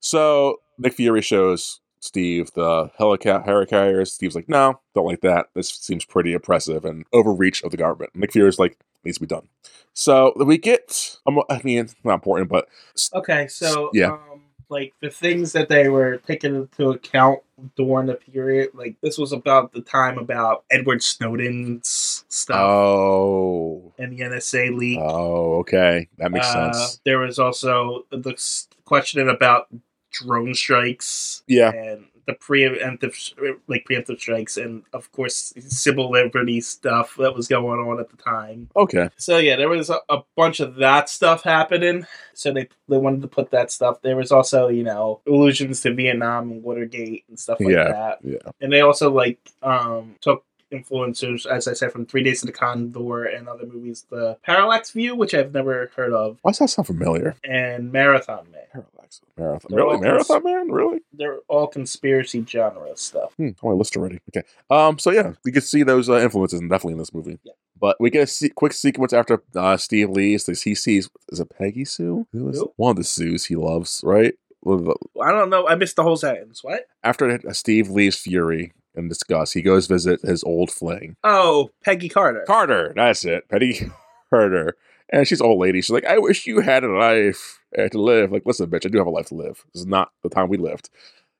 A: So Nick Fury shows Steve the helica- helicarrier. Steve's like, no, don't like that. This seems pretty oppressive and overreach of the government. Nick Fury's like, needs to be done. So we get, I'm- I mean, it's not important, but
B: okay so
A: Yeah.
B: um, like the things that they were taking into account during the period like this was about the time about edward snowden's stuff
A: oh,
B: and the nsa leak
A: oh, okay, that makes
B: Uh,
A: sense.
B: there was also the s- question about drone strikes
A: Yeah,
B: and the preemptive like preemptive strikes and of course civil liberty stuff that was going on at the time
A: okay,
B: so yeah there was a, a bunch of that stuff happening so they they wanted to put that stuff there was also you know allusions to vietnam and watergate and stuff like
A: Yeah,
B: that
A: yeah.
B: and they also like um took influencers, as I said, from Three Days to the Condor and other movies, The Parallax View, which I've never heard of,
A: Why does that sound familiar?
B: and Marathon Man.
A: Parallax. Marathon.
B: They're
A: Really?
B: all
A: Marathon Man? Really?
B: They're all conspiracy genre stuff.
A: Hmm, on my list already. Okay. Um. So yeah, we can see those uh, influences definitely in this movie.
B: Yeah.
A: But we get a se- quick sequence after uh, Steve leaves. this- He sees is it Peggy Sue? Who is
B: Who?
A: one of the Sues he loves? Right. One of the-
B: I don't know. I missed the whole sentence. What?
A: After uh, Steve leaves Fury and disgust, he goes visit his old fling
B: Oh, Peggy Carter.
A: Carter. That's it, Peggy Carter. And she's an old lady. She's like, I wish you had a life uh, to live. Like, listen, bitch, I do have a life to live. This is not the time we lived.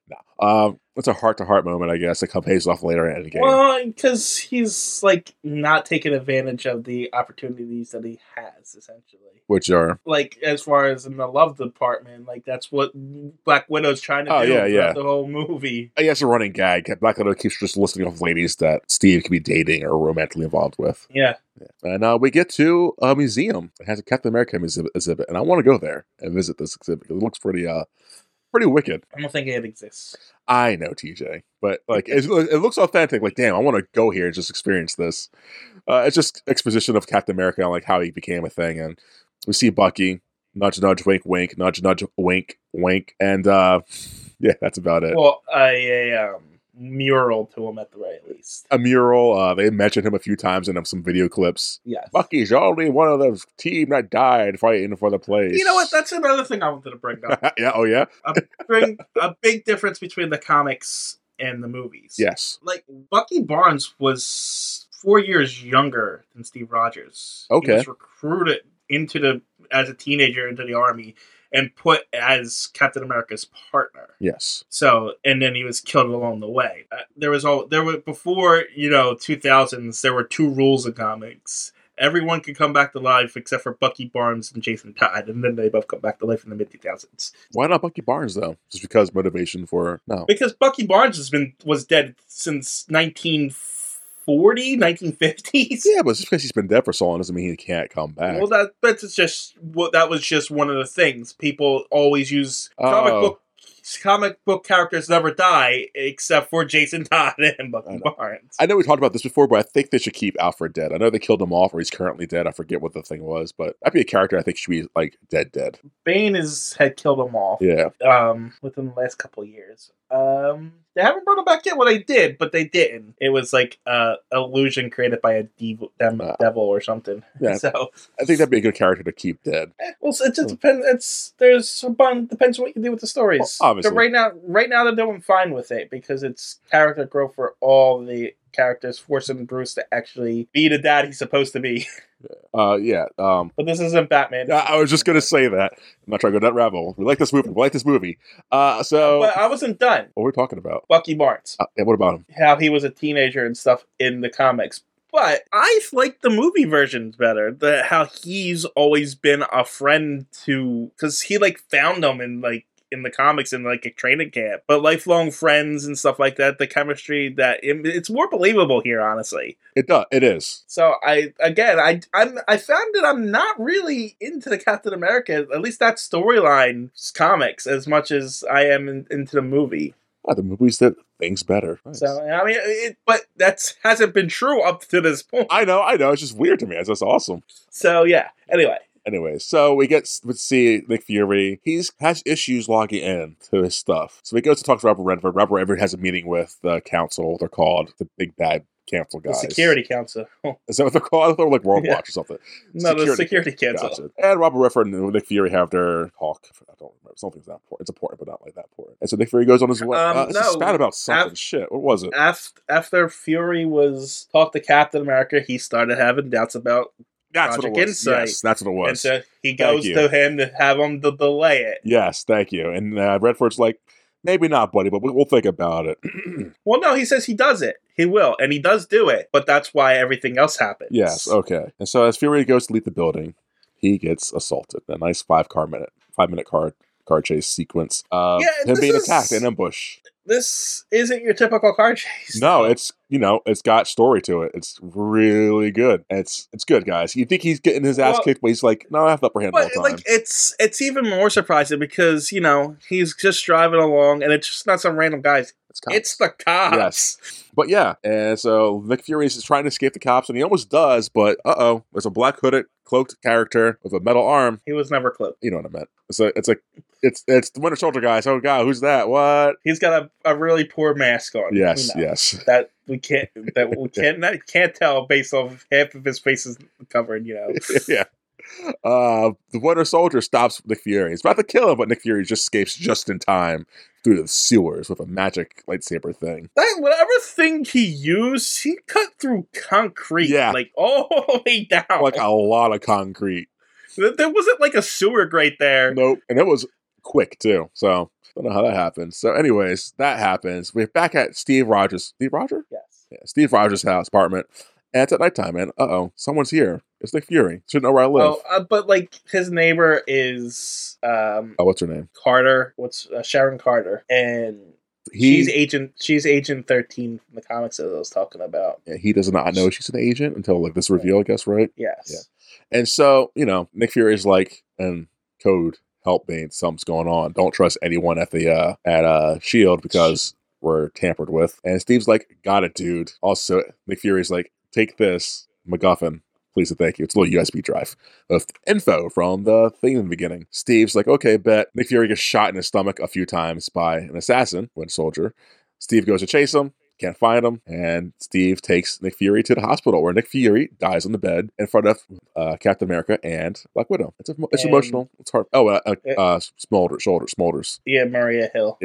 A: No. Um, it's a heart to heart moment, I guess. That comes pays off later in the game.
B: Well, because he's like not taking advantage of the opportunities that he has, essentially.
A: which are
B: Like as far as in the love department, like that's what Black Widow's trying to
A: Oh,
B: do
A: yeah,
B: throughout
A: yeah.
B: the whole movie.
A: I guess a running gag. Black Widow keeps just listing off ladies that Steve could be dating or romantically involved with.
B: Yeah,
A: And uh, we get to a museum. It has a Captain America exhibit, exhibit and I want to go there and visit this exhibit. It looks pretty, uh, pretty wicked.
B: I don't think it exists.
A: I know TJ, but like it, it looks authentic. Like, damn, I want to go here and just experience this. Uh, it's just exposition of Captain America and like how he became a thing, and we see Bucky. Nudge, nudge, wink, wink. Nudge, nudge, wink, wink. And uh, yeah, that's about it.
B: Well, a, a um, mural to him at the very least.
A: a mural. Uh, they mentioned him a few times in um, some video clips.
B: Yes.
A: Bucky's only one of the team that died fighting for the place.
B: You know what? That's another thing I wanted to bring up.
A: yeah. Oh yeah.
B: bring a big difference between the comics and the movies.
A: Yes.
B: like Bucky Barnes was four years younger than Steve Rogers.
A: Okay.
B: he was recruited into the as a teenager into the army and put as Captain America's partner.
A: Yes.
B: So, and then he was killed along the way. Uh, there was all there were before you know two thousands. There were two rules in comics. Everyone could come back to life except for Bucky Barnes and Jason Todd, and then they both come back to life in the mid two thousands.
A: Why not Bucky Barnes though? Just because motivation for no.
B: Because Bucky Barnes has been was dead since 1940, 1950s.
A: Yeah, but just because he's been dead for so long doesn't mean he can't come back.
B: Well, that that's just well, that was just one of the things people always use comic
A: Oh.
B: book comic book characters never die except for Jason Todd and
A: I
B: Bucky
A: know.
B: Barnes.
A: I know we talked about this before, but I think they should keep Alfred dead. I know they killed him off, or he's currently dead. I forget what the thing was, but that'd be a character I think should be like dead, dead.
B: Bane is had killed them off
A: Yeah,
B: um, within the last couple of years. Um, they haven't brought him back yet. Well, they did, but they didn't. It was like uh, illusion created by a devil, dem-
A: Ah.
B: devil or something.
A: Yeah.
B: So
A: I think that'd be a good character to keep dead.
B: Eh, Well, so it
A: Hmm.
B: just depends. It's there's a bun. Depends what you do with the stories.
A: Well, obviously.
B: But right now, right now they're doing fine with it because it's character growth for all the characters, forcing Bruce to actually be the dad he's supposed to be.
A: Uh, yeah. Um,
B: But this isn't Batman.
A: Yeah, I was just gonna say that. I'm not trying to go that rabbit. We like this movie. We like this movie. Uh, so
B: But I wasn't done.
A: what are we talking about?
B: Bucky Barnes,
A: Uh, yeah, what about him?
B: how he was a teenager and stuff in the comics. But I like the movie versions better. The how he's always been a friend to because he like found him in like in the comics in like a training camp, but lifelong friends and stuff like that. The chemistry that it- it's more believable here, honestly.
A: It does. It is.
B: So I again I I'm I found that I'm not really into the Captain America at least that storyline comics as much as I am in, into the movie.
A: Ah, the movies that things better. Nice.
B: So I mean, it, but that's hasn't been true up to this point.
A: I know. I know. It's just weird to me. It's just awesome.
B: So yeah. Anyway,
A: Anyway, so we get we see Nick Fury. He's has issues logging in to his stuff. So he goes to talk to Robert Redford. Robert Redford has a meeting with the council. They're called the big bad council
B: the
A: guys.
B: security council. no,
A: Is that what they're called? I thought they were like World
B: Yeah.
A: Watch or something.
B: the
A: Security
B: security council.
A: Gotcha. And Robert Redford and Nick Fury have their talk. I don't remember. Something's not important. It's important, but not like that important. And so Nick Fury goes on his way.
B: Um,
A: uh, it's a
B: no.
A: spat about something.
B: Af-
A: Shit. What was it?
B: After, after Fury was talked to Captain America, he started having doubts about,
A: That's what it
B: Project
A: was.
B: Insight.
A: Yes, that's what it
B: and
A: was.
B: so he
A: Thank
B: goes
A: you.
B: to him to have him to delay it.
A: yes, thank you. And uh, Redford's like, maybe not, buddy, but we- we'll think about it.
B: Well, no, he says he does it. He will, and he does do it. But that's why everything else happens.
A: yes, oh. okay. And so as Fury goes to leave the building, he gets assaulted. A nice five car minute, five minute car car chase sequence. Uh,
B: Yeah,
A: him
B: this
A: being
B: is-
A: attacked in ambush.
B: This isn't your typical car chase.
A: No, it's you know, it's got story to it. It's really good. It's it's good, guys. You think he's getting his ass
B: Well-
A: kicked, but he's like, no, I have the upper hand all
B: But uh,
A: the time.
B: like it's it's even more surprising because you know he's just driving along and it's just not some random guys.
A: It's cops.
B: It's the cops.
A: Yes. But yeah, and so Nick Fury is trying to escape the cops, and he almost does, but uh oh, there's a black hooded, cloaked character with a metal arm.
B: He was never cloaked.
A: You know what I meant? It's a, it's like, it's it's the Winter Soldier guys. Oh god, who's that? What?
B: He's got a, a really poor mask on.
A: Yes,
B: We know.
A: yes,
B: That we can't that we can't not, can't tell based off half of his face is covered. You know.
A: yeah. Uh, the Winter Soldier stops Nick Fury. He's about to kill him, but Nick Fury just escapes just in time through the sewers with a magic lightsaber thing.
B: That whatever thing he used, he cut through concrete,
A: Yeah.
B: like all the way down.
A: Like a lot of concrete.
B: There- there wasn't like a sewer grate there.
A: Nope. And it was quick too. So don't know how that happened. So, anyways, that happens. We're back at Steve Rogers. Steve Rogers?
B: Yes.
A: Yeah, Steve Rogers' house apartment. And it's at nighttime, and uh oh, someone's here. It's Nick Fury. Should know where I live.
B: Oh,
A: Oh,
B: uh, but like his neighbor is um
A: Oh, what's her name?
B: Carter. What's uh, Sharon Carter? And
A: He
B: she's agent. She's agent thirteen from the comics that I was talking about.
A: yeah, he does not know she's an agent until like this reveal, I guess, right?
B: Yes.
A: And so, you know, Nick Fury is like, and code, help me, something's going on. Don't trust anyone at the uh at uh Shield because we're tampered with. And Steve's like, got it, dude. Also, Nick Fury's like, take this, MacGuffin. Please and thank you. It's a little USB drive of info from the thing in the beginning. Steve's like, okay, bet. Nick Fury gets shot in his stomach a few times by an assassin, when soldier. Steve goes to chase him, can't find him, and Steve takes Nick Fury to the hospital where Nick Fury dies on the bed in front of uh, Captain America and Black Widow. It's, emo- it's
B: And- Eh.
A: emotional. It's hard. Oh, uh, uh,
B: It-
A: uh, Smolder, Shoulder, Smolders.
B: Yeah, Maria Hill.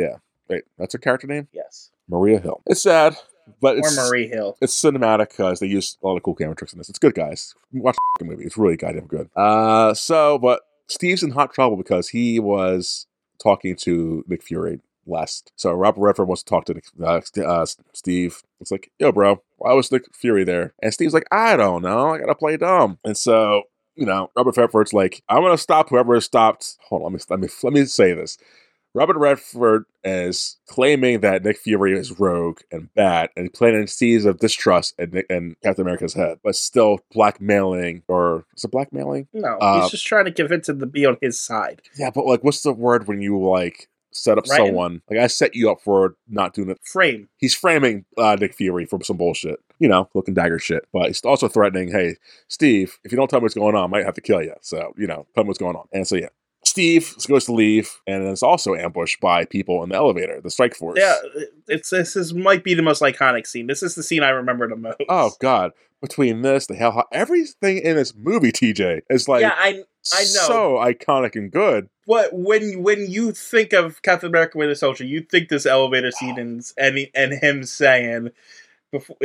A: Wait, that's her character name?
B: Yes,
A: Maria Hill. It's sad, but it's
B: or Marie Hill.
A: it's cinematic because they use a lot of cool camera tricks in this. It's good, guys. Watch the movie. It's really goddamn good. Uh, so, but Steve's in hot trouble because he was talking to Nick Fury last. So Robert Redford wants to talk to Nick, uh, St- uh, Steve. It's like, yo, bro, why was Nick Fury there? And Steve's like, I don't know. I gotta play dumb. And so. You know, Robert Redford's like, I'm gonna stop whoever is stopped. Hold on, let me let me let me say this. Robert Redford is claiming that Nick Fury is rogue and bad and planting seeds of distrust in, Nick- in Captain America's head, but still blackmailing or is it blackmailing?
B: No,
A: Uh,
B: he's just trying to convince him to be on his side.
A: Yeah, but like, what's the word when you like set up
B: Right.
A: someone? Like, I set you up for not doing it.
B: Frame.
A: He's framing uh, Nick Fury for some bullshit, you know, looking dagger shit. But he's also threatening, hey, Steve, if you don't tell me what's going on, I might have to kill you. So, you know, tell me what's going on. And so, yeah. Steve goes to leave and is also ambushed by people in the elevator, the strike force.
B: Yeah, it's this is might be the most iconic scene. This is the scene I remember the most.
A: Oh God! Between this, the hell, Ho- everything in this movie, TJ is like
B: yeah, I I know.
A: so iconic and good.
B: But when when you think of Captain America Winter Soldier, you think this elevator scene and and, and him saying, before,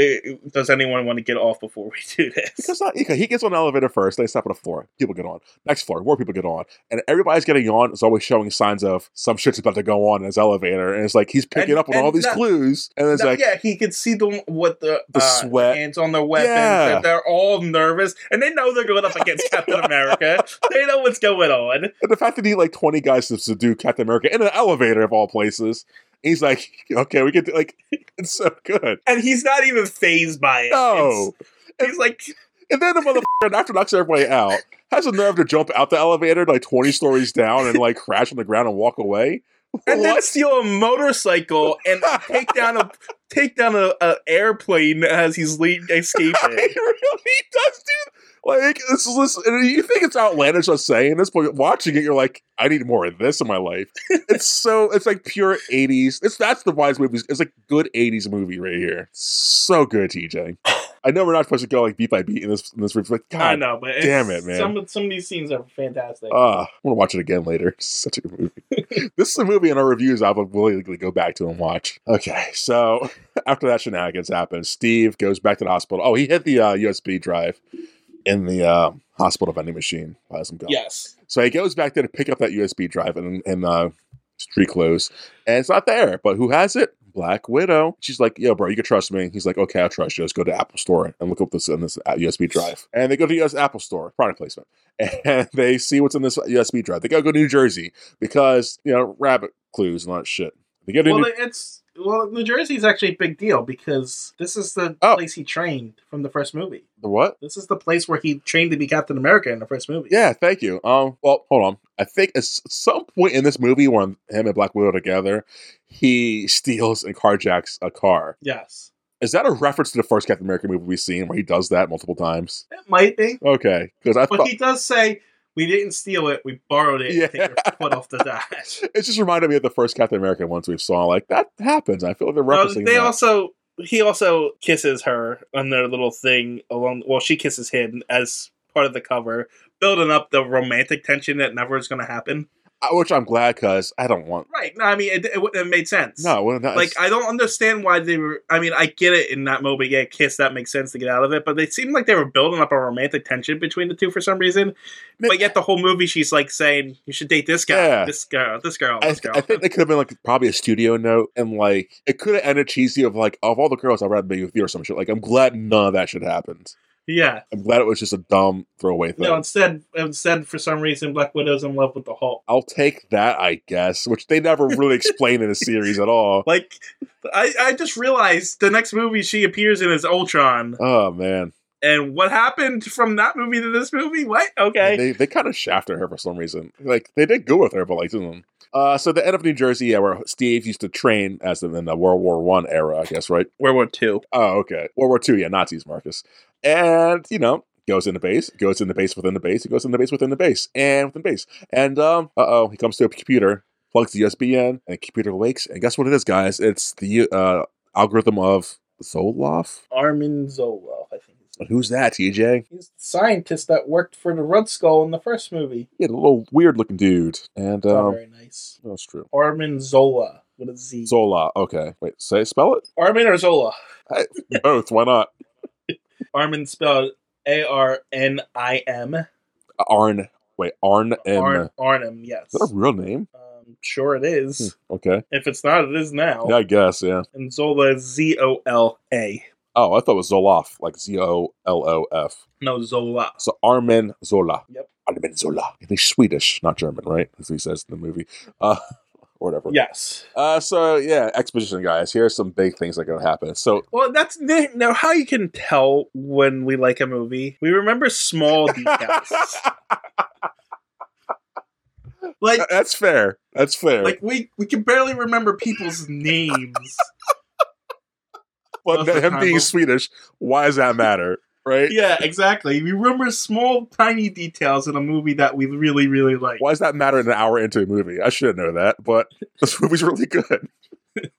B: "Does anyone want to get off before we do this?"
A: Because not, he gets on the elevator first, they step on the floor, people get on. Next floor, more people get on, and everybody's getting on. It's always showing signs of some shit's about to go on in his elevator, and it's like he's picking
B: And-
A: up on
B: and
A: all these
B: that-
A: clues, and it's
B: Now,
A: like,
B: yeah, uh, he could see the what the,
A: The sweat.
B: hands on their weapons.
A: Yeah.
B: That they're all nervous, and they know they're going up against Captain America. They know what's going on.
A: and the fact that he like twenty guys to subdue Captain America in an elevator of all places. and He's like, okay, we get to, like, it's so good.
B: and he's not even phased by it.
A: No,
B: It's- he's like,
A: And then the motherfucker, after knocks everybody out, has the nerve to jump out the elevator like 20 stories down and like crash on the ground and walk away.
B: and then
A: What?
B: steal a motorcycle and take down a take down a, a airplane as he's le- escaping.
A: He really does, dude. Like, this is this, and you think it's outlandish us saying this, but watching it, you're like, I need more of this in my life. It's so, it's like pure 80s. It's That's the wise movies. It's like good 80s movie right here. So good, TJ. I know we're not supposed to go like beat by beat in this, in this review, but
B: I
A: God,
B: know, but it's,
A: damn it, man.
B: Some some of these scenes are fantastic.
A: Ah, I'm gonna watch it again later. It's such a good movie. this is a movie in our reviews I would willingly go back to and watch. Okay, so after that shenanigans happens, Steve goes back to the hospital. Oh, he hit the uh, USB drive in the uh, hospital vending machine by some gun.
B: yes,
A: So he goes back there to pick up that USB drive and and uh, street clothes, and it's not there. But who has it? Black Widow. She's like, "Yo, bro, you can trust me." He's like, "Okay, I'll trust you. Let's go to Apple Store and look up this in this uh, USB drive." And they go to the US Apple Store, product placement, and they see what's in this USB drive. They gotta go to New Jersey because you know rabbit clues and all that shit. They go to
B: well,
A: New-
B: it's well, New Jersey's actually a big deal because this is the
A: Oh.
B: place he trained from the first movie.
A: the what?
B: This is the place where he trained to be Captain America in the first movie.
A: Yeah, thank you. Um, well, hold on. I think at s- some point in this movie, when him and Black Widow are together, he steals and carjacks a car.
B: Yes.
A: Is that a reference to the first Captain America movie we've seen where he does that multiple times?
B: It might be.
A: Okay, because I
B: But
A: thought
B: he does say, we didn't steal it, we borrowed it
A: Yeah.
B: and take your foot off the dash.
A: it just reminded me of the first Captain America ones we saw. Like that happens. I feel like they're
B: No,
A: referencing
B: Um, they
A: that.
B: also he also kisses her on their little thing along well she kisses him as part of the cover building up the romantic tension that never is going to happen
A: I- uh, which I'm glad because I don't want.
B: right no i mean it, it, wouldn't have made sense
A: No, well, not,
B: like i don't understand why they were i mean i get it in that moment yeah kiss that makes sense to get out of it but they seemed like they were building up a romantic tension between the two for some reason
A: Ma-
B: but yet the whole movie she's like saying you should date this guy
A: Yeah.
B: this girl this girl
A: I,
B: this
A: th-
B: girl
A: I think they could have been like probably a studio note, and like it could have ended cheesy of like of all the girls I'd rather be with you or some shit. Like I'm glad none of that shit happened.
B: yeah
A: I'm glad it was just a dumb throwaway thing.
B: no instead instead for some reason black widow's in love with the hulk
A: I'll take that, I guess, which they never really explain in the series at all.
B: Like, I, I just realized the next movie she appears in is Ultron.
A: Oh man,
B: And what happened from that movie to this movie? What? Okay.
A: they they kind of shafted her for some reason. Like they did good with her, but like didn't. Uh, so the end of New Jersey, yeah, where Steve used to train as in the World War One era, I guess, right?
B: World War Two.
A: Oh, okay. World War II, yeah, Nazis, Marcus. And, you know, goes into base, goes into base within the base, it goes into base within the base, and within base. And, um, uh oh, he comes to a computer, plugs the USB in, and the computer wakes. And guess what it is, guys? It's the uh, algorithm of Zoloff.
B: Armin Zolov, I think.
A: Who's that, TJ?
B: He's the scientist that worked for the Red Skull in the first movie.
A: Yeah, the little weird looking dude. And,
B: Not
A: um,
B: very nice.
A: that's true.
B: Armin Zola with a Z.
A: Zola, okay. Wait, say, spell it?
B: Armin or Zola?
A: Both, why not?
B: Armin spelled A R N I M.
A: Arn, wait, Arn M.
B: Arn Arnim, yes.
A: Is that a real name?
B: Um, sure it is.
A: Okay.
B: If it's not, it is now.
A: Yeah, I guess, yeah.
B: And Zola is Z O L A.
A: Oh, I thought it was Zoloff, like Z O L O F.
B: No, Zola.
A: So Armin Zola.
B: Yep.
A: Armin Zola. I think Swedish, not German, right? As he says in the movie. Uh, or whatever.
B: Yes.
A: Uh, so, yeah, exposition, guys. Here's some big things that are going to happen. So,
B: Well, that's the- now how you can tell when we like a movie. We remember small details. like
A: that's fair. That's fair.
B: like we we can barely remember people's names.
A: but
B: most of the
A: him
B: time,
A: being
B: we'll-
A: Swedish, why does that matter? Right?
B: yeah, exactly. We remember small tiny details in a movie that we really really like.
A: Why does that matter an hour into a movie? I should know that, but this movie's really good. And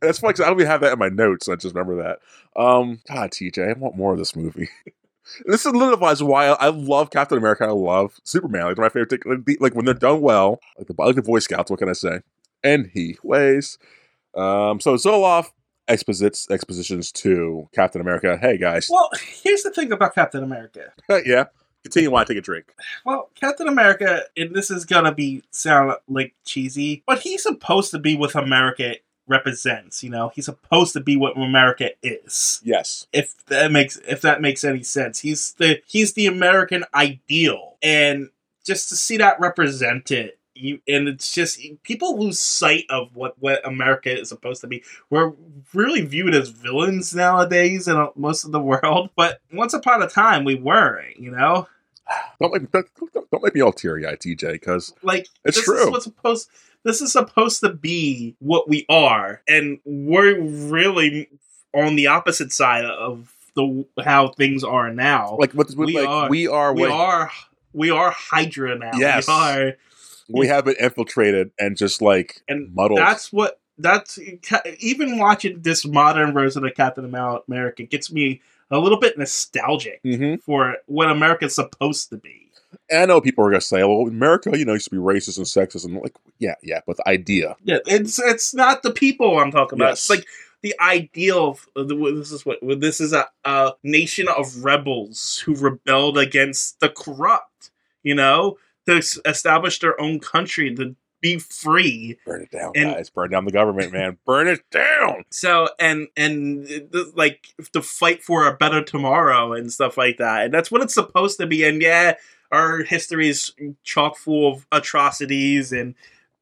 A: That's funny 'cause I don't even have that in my notes. I just remember that. Um, God, TJ, I want more of this movie. this solidifies why I love Captain America. I love Superman. Like they're my favorite. Like, the- like when they're done well, like the I like the Boy Scouts. What can I say? And he ways. Um, so Zoloff exposits expositions to Captain America. Hey guys,
B: Well, here's the thing about Captain America.
A: yeah. Continue while I take a drink.
B: Well, Captain America, and this is gonna be sound like cheesy, but he's supposed to be what America represents. You know, he's supposed to be what America is.
A: Yes.
B: if that makes if that makes any sense. He's the he's the American ideal, and just to see that represented, you and it's just people lose sight of what what America is supposed to be. We're really viewed as villains nowadays in uh, most of the world, but once upon a time we were, you know,
A: Don't make, don't, don't make me all teary eyed, TJ, because
B: like
A: It's
B: this is
A: true.
B: what's supposed. This is supposed to be what we are, and we're really on the opposite side of the how things are now.
A: like what we
B: We
A: like
B: are-
A: we are
B: we
A: what-
B: are we are Hydra now.
A: Yes.
B: We are,
A: we have been infiltrated and just like
B: and
A: muddled.
B: that's what that's even watching this modern version of Captain America gets me a little bit nostalgic
A: hmm
B: for what America's supposed to be.
A: And I know people are gonna say, "Well, America, you know, used to be racist and sexist," and like, yeah, yeah, but the idea,
B: Yeah, it's it's not the people I'm talking about. It's
A: Yes.
B: like the ideal of of the, this is what this is a, a nation of rebels who rebelled against the corrupt. You know, to s- establish their own country to be free.
A: burn it down,
B: And-
A: guys, burn down the government, man, burn it down.
B: So and and the, like to fight for a better tomorrow and stuff like that, and that's what it's supposed to be. And yeah, our history is chock full of atrocities and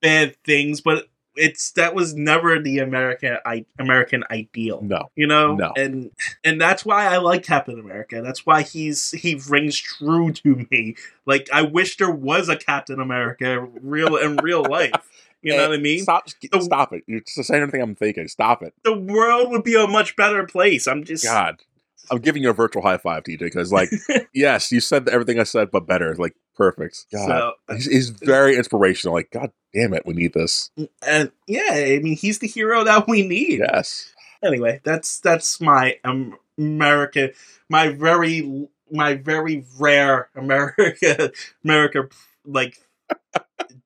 B: bad things, but it's that was never the American I, American ideal.
A: No.
B: You know,
A: No.
B: and and that's why I like Captain America. That's why he's he rings true to me. Like I wish there was a Captain America real in real life. You know
A: And
B: what I mean?
A: Stop,
B: The-
A: stop it. You're just saying everything I'm thinking. Stop it.
B: The world would be a much better place. I'm just
A: God. I'm giving you a virtual high five, DJ, because, like, yes, you said everything I said, but better. Like, perfect. God.
B: so
A: he's, he's very inspirational. Like, God damn it, we need this.
B: and yeah, I mean he's the hero that we need.
A: Yes.
B: anyway, that's that's my um, America, my very my very rare America America like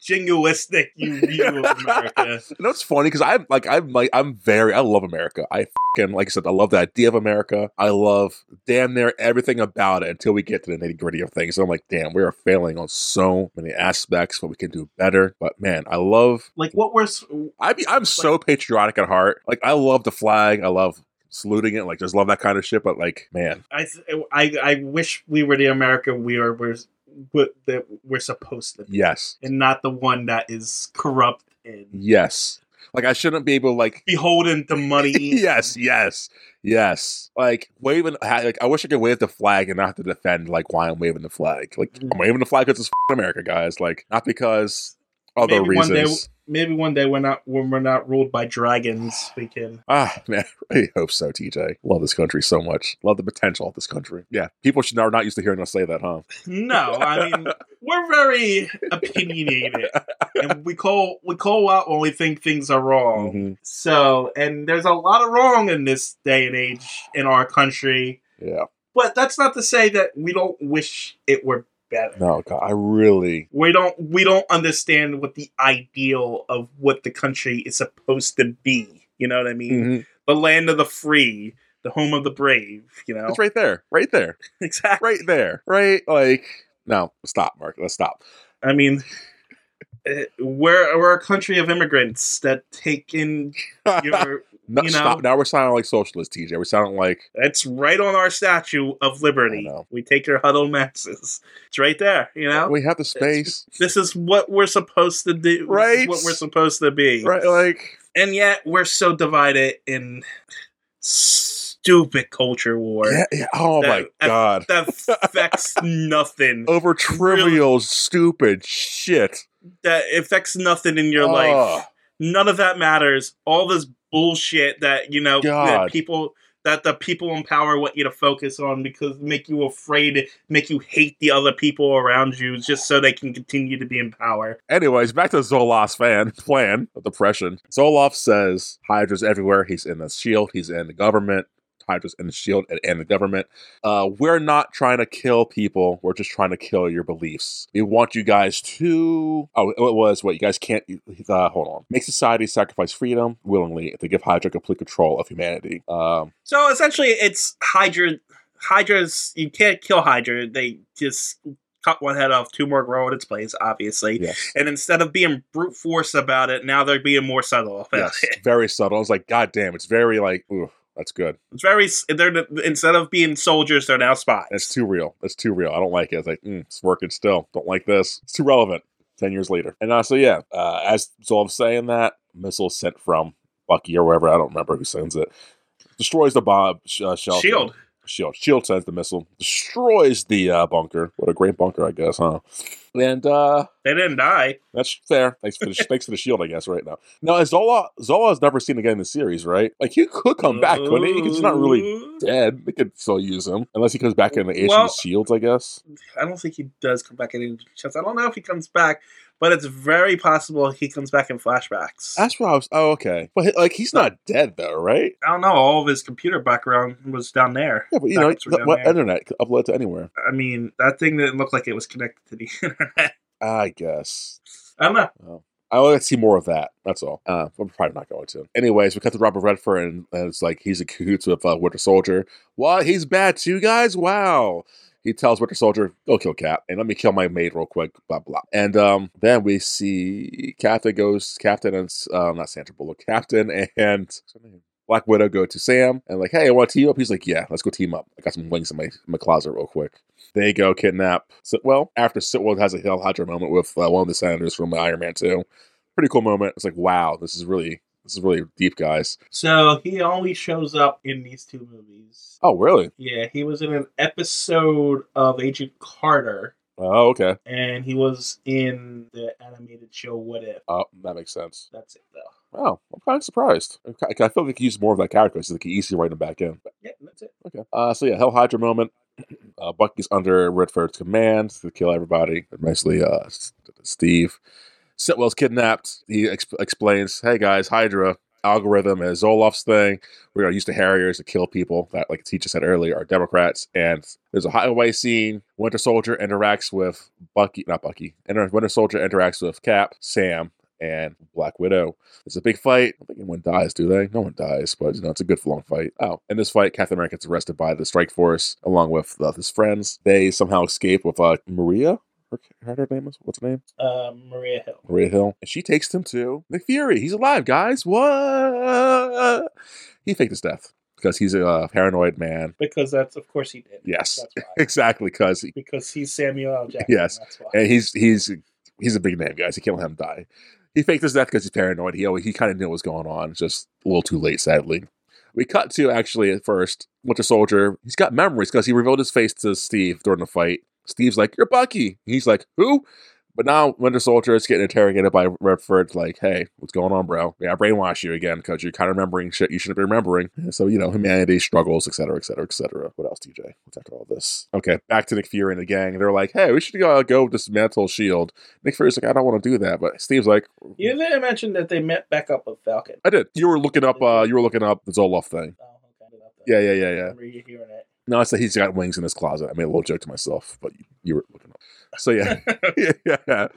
B: jingoistic you view of America.
A: You know, it's funny because I'm like I'm like I'm very I love America. I fucking like I said, I love the idea of America. I love damn near everything about it until we get to the nitty gritty of things. I'm like, damn, we are failing on so many aspects, but we can do better. But man, I love
B: Like what we're s-
A: I be, I'm so patriotic at heart. Like I love the flag. I love saluting it. Like just love that kind of shit. But like, man,
B: I I I wish we were the America we are we're, what- that we're supposed to be,
A: yes,
B: and not the one that is corrupt
A: Mm.
B: and
A: yes. Like I shouldn't be able to like
B: beholden to money.
A: yes, yes, yes. Like waving, I- like I wish I could wave the flag and not have to defend like why I'm waving the flag. Like
B: Mm-hmm.
A: I'm waving the flag because it's f***ing America, guys. Like not because other
B: Maybe one
A: reasons.
B: day- Maybe one day we're not when we're not ruled by dragons, we can.
A: Ah, man, I really hope so, TJ. Love this country so much. Love the potential of this country. Yeah, people should are not used to hearing us say that, huh?
B: No, I mean we're very opinionated, and we call we call out when we think things are wrong.
A: Mhm.
B: So, and there's a lot of wrong in this day and age in our country.
A: Yeah.
B: But that's not to say that we don't wish it were better.
A: No, God, I really.
B: We don't we don't understand what the ideal of what the country is supposed to be. You know what I mean?
A: Mhm.
B: The land of the free, the home of the brave. You know
A: It's right there, right there,
B: exactly.
A: right there, right. Like, no, stop, Mark. Let's stop.
B: I mean, eh, we're we're a country of immigrants that take in your.
A: No,
B: you know-
A: stop. Now we're sounding like socialists, TJ. We're sounding like
B: That's right on our Statue of Liberty.
A: I know.
B: We take your huddle masses. It's right there. You know,
A: we have the space,
B: this is what we're supposed to do. This
A: Right.
B: is what we're supposed to be.
A: right? Like,
B: And yet we're so divided in stupid culture war
A: yeah, yeah. oh my
B: That-
A: god,
B: that affects nothing.
A: over trivial, stupid shit.
B: That affects nothing in
A: Oh.
B: your life.
A: Ugh.
B: none of that matters. All this bullshit that you know that
A: God.
B: people that the people in power want you to focus on because make you afraid, make you hate the other people around you just so they can continue to be in power.
A: Anyways, back to Zoloft's fan plan of depression. Zoloft says Hydra's everywhere. He's in the shield. He's in the government. Hydra's in the shield and, and the government. Uh, we're not trying to kill people. We're just trying to kill your beliefs. We want you guys to. Oh, it was what you guys can't. Uh, hold on. Make society sacrifice freedom willingly to give Hydra complete control of humanity. Um,
B: So essentially, it's Hydra. Hydra's you can't kill Hydra. They just cut one head off, two more grow in its place, obviously.
A: yes.
B: And instead of being brute force about it, now they're being more subtle about
A: Yes.
B: it.
A: Very subtle. I was like, God damn, it's very like, ooh, that's good.
B: It's very s- they're instead of being soldiers, they're now spies.
A: That's too real. That's too real. I don't like it. It's like, mm, it's working still. Don't like this. It's too relevant. 10 years later. And uh, so, yeah, uh, as so I'm saying that, missile sent from Bucky or wherever, I don't remember who sends it, destroys the bomb sh- uh, shelter.
B: Shield.
A: Shield. Shield E sends the missile, destroys the uh, bunker. What a great bunker, I guess, huh? And uh,
B: They didn't die.
A: That's fair. Thanks for the thanks for the shield, I guess. Right now, now Zola Zola's never seen again in the series, right? Like he could come back, couldn't he? He's not really dead. They could still use him unless he comes back in the Age
B: Mm. Well-
A: of Shields, I guess.
B: I don't think he does come back in any chance. I don't know if he comes back, but it's very possible he comes back in flashbacks.
A: That's what I was. Oh, okay. But like he's not dead though, right?
B: I don't know. All of his computer background was down there.
A: Yeah, but you know,
B: Backups were down
A: th- what
B: there.
A: internet could upload to anywhere?
B: I mean, that thing didn't look like it was connected to the internet.
A: I guess.
B: I don't know.
A: I want to see more of that. That's all. Uh, I'm probably not going to. Anyways, we cut to Robert Redford, and, and it's like he's in cahoots with uh, Winter Soldier. What? He's bad too, guys? Wow. He tells Winter Soldier, go kill Cap, and let me kill my maid real quick, blah, blah. And um, then we see Captain goes, Captain and, S- uh, not Sandra Bullock, Captain and what's her name? Black Widow go to Sam and like, hey, I want to team up. He's like, yeah, let's go team up. I got some wings in my, in my closet real quick. They go kidnap Sitwell after Sitwell has a Hill Hydra moment with uh, one of the senators from Iron Man 2 pretty cool moment. It's like, wow, this is really this is really deep, guys.
B: So he only shows up in these two movies.
A: Oh, really?
B: Yeah, he was in an episode of Agent Carter,
A: Oh, okay.
B: and he was in the animated show What If.
A: Uh, that makes sense.
B: That's it, though.
A: Wow, I'm kind of surprised. I I feel like they could use more of that character so they could easily write him back in.
B: Yeah, that's it.
A: Okay. Uh, so yeah, Hell Hydra moment. Uh, Bucky's under Redford's command to kill everybody, mostly uh, S- Steve. Sitwell's kidnapped. He ex- explains, "Hey guys, Hydra algorithm is Zoloft's thing. We are used to Harriers to kill people that, like the teacher said earlier, are Democrats." And there's a highway scene. Winter Soldier interacts with Bucky, not Bucky. Inter- Winter Soldier interacts with Cap, Sam, and Black Widow. It's a big fight. I don't think anyone dies, do they? No one dies, but you know, it's a good long fight. Oh, in this fight, Captain America gets arrested by the Strike Force along with uh, his friends. They somehow escape with uh, Maria. Her, her name is what's her name?
B: Uh, Maria Hill.
A: Maria Hill. And she takes them to Nick Fury. He's alive, guys. What? He faked his death because he's a uh, paranoid man.
B: Because that's, of course, he did.
A: Yes,
B: That's why.
A: exactly. Because
B: because he's Samuel L. Jackson.
A: Yes.
B: That's why.
A: and he's he's he's a big name, guys. You can't let him die. He faked his death because he's paranoid. He always, he kind of knew what was going on. It's just a little too late, sadly. We cut to actually at first Winter Soldier. He's got memories because he revealed his face to Steve during the fight. Steve's like, "You're Bucky." He's like, "Who?" But now Winter Soldier is getting interrogated by Redford. Like, "Hey, what's going on, bro? Yeah, I brainwashed you again because you're kind of remembering shit you shouldn't be remembering." And so you know, humanity struggles, et cetera, et cetera, et cetera. What else, TJ? What's after all this? Okay, back to Nick Fury and the gang. They're like, "Hey, we should uh, go dismantle Shield." Nick Fury's like, "I don't want to do that," but Steve's like,
B: You didn't mention that they met back up with Falcon.
A: "I did." You were looking up. Uh, you were looking up the Zoloft thing.
B: Oh, okay. about that.
A: Yeah, yeah, yeah, yeah.
B: I remember you hearing it.
A: No, I said he's got wings in his closet. I made a little joke to myself, but you, you were looking up. So yeah, yeah, yeah.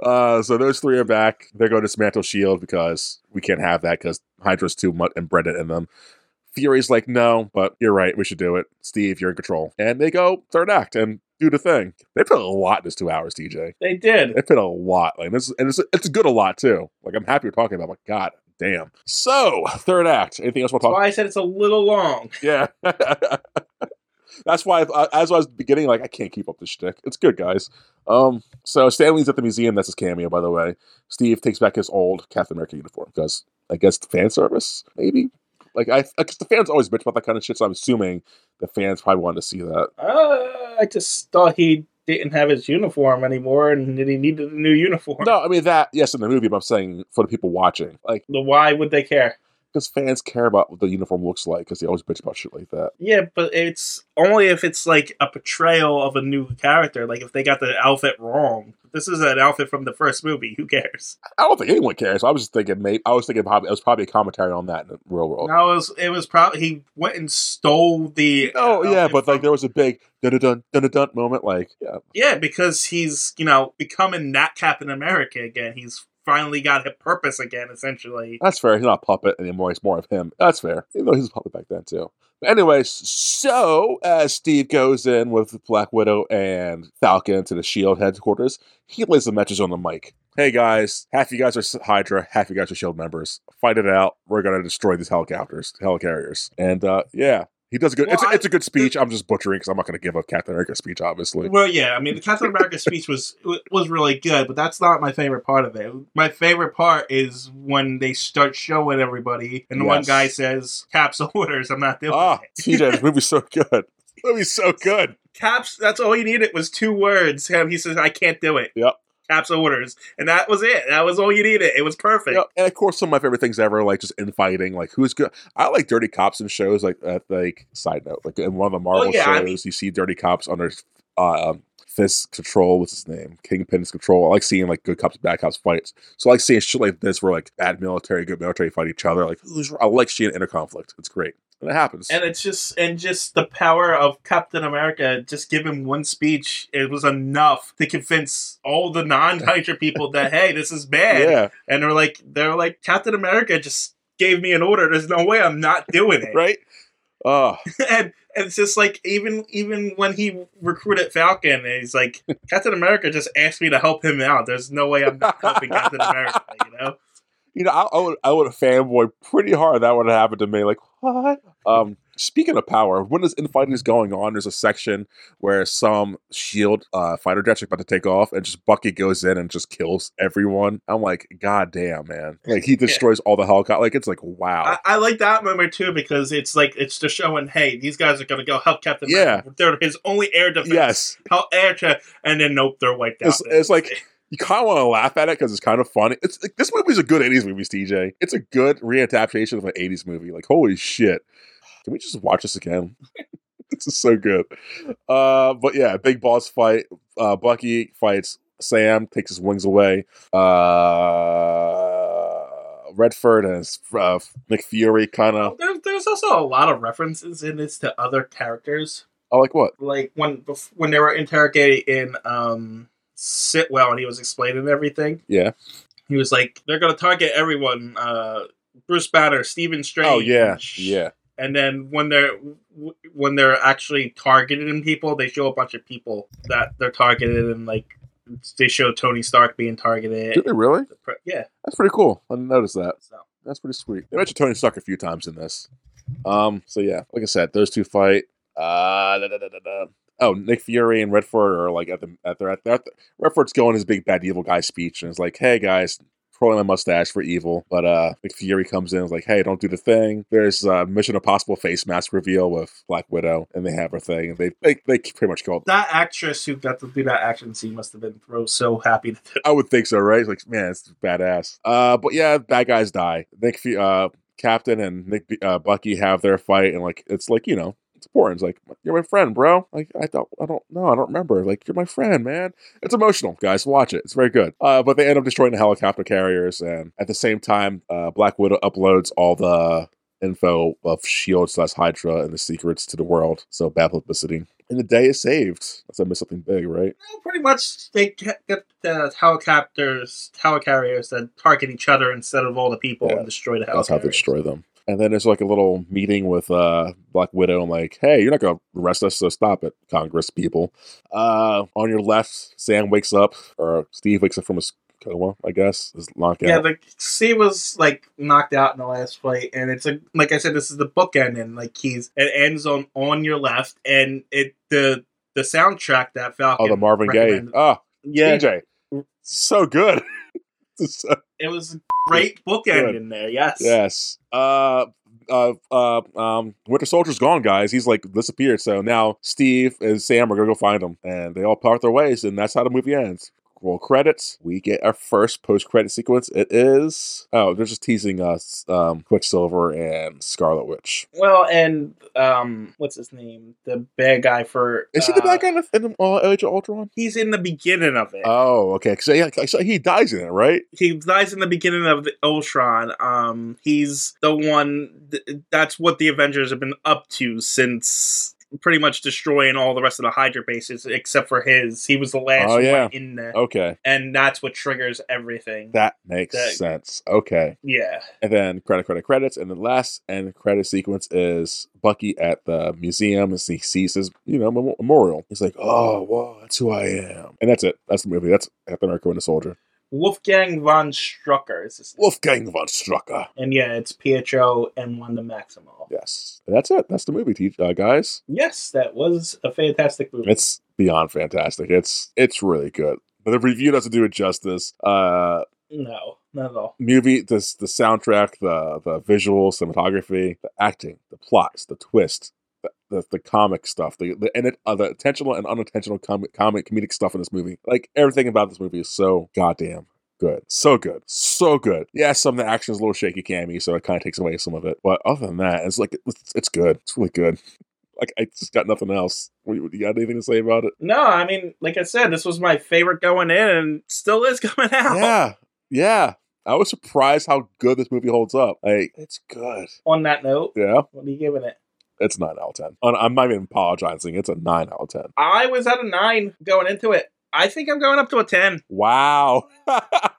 A: Uh, so those three are back. They're going to dismantle Shield E because we can't have that because Hydra's too much embedded in them. Fury's like, no, but you're right. We should do it. Steve, you're in control. And they go third act and do the thing. They put a lot in this two hours, DJ.
B: They did.
A: They put a lot. Like this, and it's it's a good a lot too. Like I'm happy we're talking about. it, But God damn. So third act. Anything else we'll talk?
B: That's why I said it's a little long.
A: Yeah. That's why, I, as I was beginning, like I can't keep up the shtick. It's good, guys. Um, so Stanley's at the museum. That's his cameo, by the way. Steve takes back his old Captain America uniform because I guess fan service, maybe. Like I, because the fans always bitch about that kind of shit. So I'm assuming the fans probably wanted to see that.
B: Uh, I just thought he didn't have his uniform anymore and that he needed a new uniform.
A: No, I mean that. Yes, in the movie, but I'm saying for the people watching, like
B: The why would they care?
A: because fans care about what the uniform looks like because they always bitch about shit like that.
B: Yeah, but it's only if it's like a portrayal of a new character. Like if they got the outfit wrong. This is an outfit from the first movie. Who cares?
A: I don't think anyone cares. I was just thinking, maybe I was thinking probably it was probably a commentary on that in the real world.
B: No, it was it was probably he went and stole the.
A: Oh yeah,
B: outfit
A: but
B: from-
A: like there was a big dun dun dun dun moment. Like yeah,
B: Yeah, because he's, you know, becoming that Captain America again. He's finally got a purpose again, essentially.
A: that's fair. He's not a puppet anymore. It's more of him. That's fair. Even though he was a puppet back then too. But anyways, so as Steve goes in with Black Widow and Falcon to the Shield E headquarters, he lays the message on the mic. Hey guys, half you guys are Hydra, half you guys are Shield E members. Fight it out. We're gonna destroy these helicopters, helicarriers, and uh, yeah. He does a good.
B: Well,
A: it's, a
B: I-
A: it's a good speech. I'm just butchering because I'm not going to give a Captain America speech, obviously.
B: Well, yeah, I mean, the Captain America speech was was really good, but that's not my favorite part of it. My favorite part is when they start showing everybody, and the one
A: Yes.
B: guy says, "Caps orders, I'm not doing
A: Ah,
B: it."
A: TJ, this movie's so good. This movie's so good.
B: Caps. That's all he needed was two words. Him, he says, "I can't do it."
A: Yep.
B: Caps orders, and that was it. That was all you needed. It was perfect.
A: Yeah, and of course, some of my favorite things ever, like just infighting, like who's good. I like dirty cops in shows. Like, uh, like side note, like in one of the Marvel
B: yeah, I
A: shows,
B: mean-
A: you see dirty cops under uh, um, Fist Control. What's his name? Kingpin's Control. I like seeing like good cops, bad cops fights. So I like seeing shit like this, where like bad military, good military fight each other. Like who's? I like seeing inner conflict. It's great, and it happens.
B: and it's just and just the power of Captain America. Just giving one speech, it was enough to convince all the non-Hydra people that hey, this is bad.
A: yeah,
B: And they're like, they're like, Captain America just gave me an order. There's no way I'm not doing it.
A: right. Uh,
B: and, and it's just like even even when he recruited Falcon, and he's like, Captain America just asked me to help him out. There's no way I'm not helping Captain America. You know.
A: you know, I, I would I would fanboy pretty hard. if That would have happened to me. Like what? Um, Speaking of power, when this infighting is going on, there's a section where some shield uh, fighter jets are about to take off, and just Bucky goes in and just kills everyone. I'm like, God damn, man! Like he destroys all the helicopter. Like it's like, wow.
B: I, I like that memory too because it's like it's just showing, hey, these guys are gonna go help Captain.
A: Yeah.
B: America. they're his only air defense.
A: yes,
B: how air tra- and then nope, they're wiped out.
A: it's, it's like. You kind of want to laugh at it because it's kind of funny. It's like, this movie's a good '80s movie, TJ. It's a good readaptation of an '80s movie. Like, holy shit! Can we just watch this again? this is so good. Uh, but yeah, big boss fight. Uh, Bucky fights Sam, takes his wings away. Uh, Redford and his, uh, Nick Fury kind of.
B: There, there's also a lot of references in this to other characters,
A: I oh, like what?
B: like when bef- when they were interrogating in um, Sitwell and he was explaining everything.
A: Yeah.
B: He was like, "They're gonna target everyone: uh, Bruce Banner, Stephen Strange."
A: Oh yeah, yeah.
B: And then when they're w- when they're actually targeting people, they show a bunch of people that they're targeted, and like they show Tony Stark being targeted.
A: Did they really?
B: Yeah.
A: That's pretty cool. I didn't notice that.
B: So.
A: That's pretty sweet. They mentioned Tony Stark a few times in this. Um, so yeah, like I said, those two fight. Uh, da, da, da, da, da. Oh, Nick Fury and Redford are like at the at the, at the, at the Redford's going his big bad evil guy speech and it's like, hey guys, twirling my mustache for evil. But uh Nick Fury comes in and is like, hey, don't do the thing. There's uh Mission Impossible face mask reveal with Black Widow and they have her thing and they they, they pretty much go
B: That actress who got to do that action scene must have been throw so happy that
A: I would think so, right? Like, man, it's badass. Uh, but yeah, bad guys die. Nick, Fu- uh, Captain and Nick B- uh, Bucky have their fight, and like, it's like you know, it's important. It's like you're my friend, bro. Like, I don't, I don't know, I don't remember. Like, you're my friend, man. It's emotional, guys. Watch it. It's very good. Uh, but they end up destroying the helicopter carriers, and at the same time, uh, Black Widow uploads all the info of Shield E slash Hydra and the secrets to the world. So bad publicity. And the day is saved. Unless I missed something big, right?
B: Well, pretty much they ca- get the helicopters, helicarriers that target each other instead of all the people
A: Yeah.
B: and destroy the
A: That's how they
B: helicarriers.
A: destroy them. And then there's like a little meeting with uh, Black Widow and like, hey, you're not gonna arrest us, so stop it, Congress people. Uh, on your left, Sam wakes up, or Steve wakes up from his coma, I guess, his knockout.
B: Yeah, like C was like knocked out in the last fight, and it's like like I said, this is the bookend, and like he's it ends on on your left, and it the the soundtrack that Falcon.
A: oh, the Marvin Gaye.
B: recommended-
A: Ah,
B: Yeah,
A: DJ, so good. It's so
B: it was a great bookend
A: Good.
B: in there. Yes.
A: Yes. Uh, uh, uh, um, Winter Soldier's gone, guys. He's like disappeared. So now Steve and Sam are gonna go find him, and they all part their ways, and that's how the movie ends. Roll credits. We get our first post-credit sequence. It is oh, they're just teasing us, um, Quicksilver and Scarlet Witch.
B: Well, and um, what's his name? The bad guy for
A: Is he the
B: uh,
A: bad guy in, the, in uh, Age of Ultron?
B: He's in the beginning of it.
A: Oh, okay. So, yeah, so he dies in it, right?
B: he dies in the beginning of the Ultron. Um, he's the one. Th- that's what the Avengers have been up to since pretty much destroying all the rest of the Hydra bases except for his. He was the last
A: Oh, yeah.
B: one in there,
A: Okay,
B: and that's what triggers everything.
A: that makes
B: That-
A: sense. Okay.
B: yeah,
A: And then credit, credit, credits. And the last end credit sequence is Bucky at the museum and he sees his, you know, mem- memorial. He's like, oh, whoa, that's who I am. And that's it. That's the movie. That's Captain America and the Soldier.
B: Wolfgang von Strucker is his. name.
A: Wolfgang von Strucker.
B: and yeah, it's Pietro and Wanda Maximoff.
A: Yes. And that's it. That's the movie, te- uh, guys.
B: Yes, that was a fantastic movie.
A: It's beyond fantastic. It's it's really good. But the review doesn't do it justice. Uh,
B: no, not at all.
A: movie this the soundtrack the the visual cinematography the acting the plots the twist the, the, the comic stuff the the, and it, uh, the intentional and unintentional comic, comic comedic stuff in this movie like everything about this movie is so goddamn good so good so good yeah some of the action is a little shaky cammy so it kind of takes away some of it but other than that it's like it's, it's good it's really good like i just got nothing else What- you got anything to say about it
B: No, I mean, like I said, this was my favorite going in, and still is coming out.
A: yeah yeah i was surprised how good this movie holds up like it's good
B: On that note,
A: yeah
B: what are you giving it?
A: it's nine out of ten. And I'm not even apologizing. It's a nine out of ten.
B: I was at a nine going into it. I think I'm going up to a ten.
A: Wow.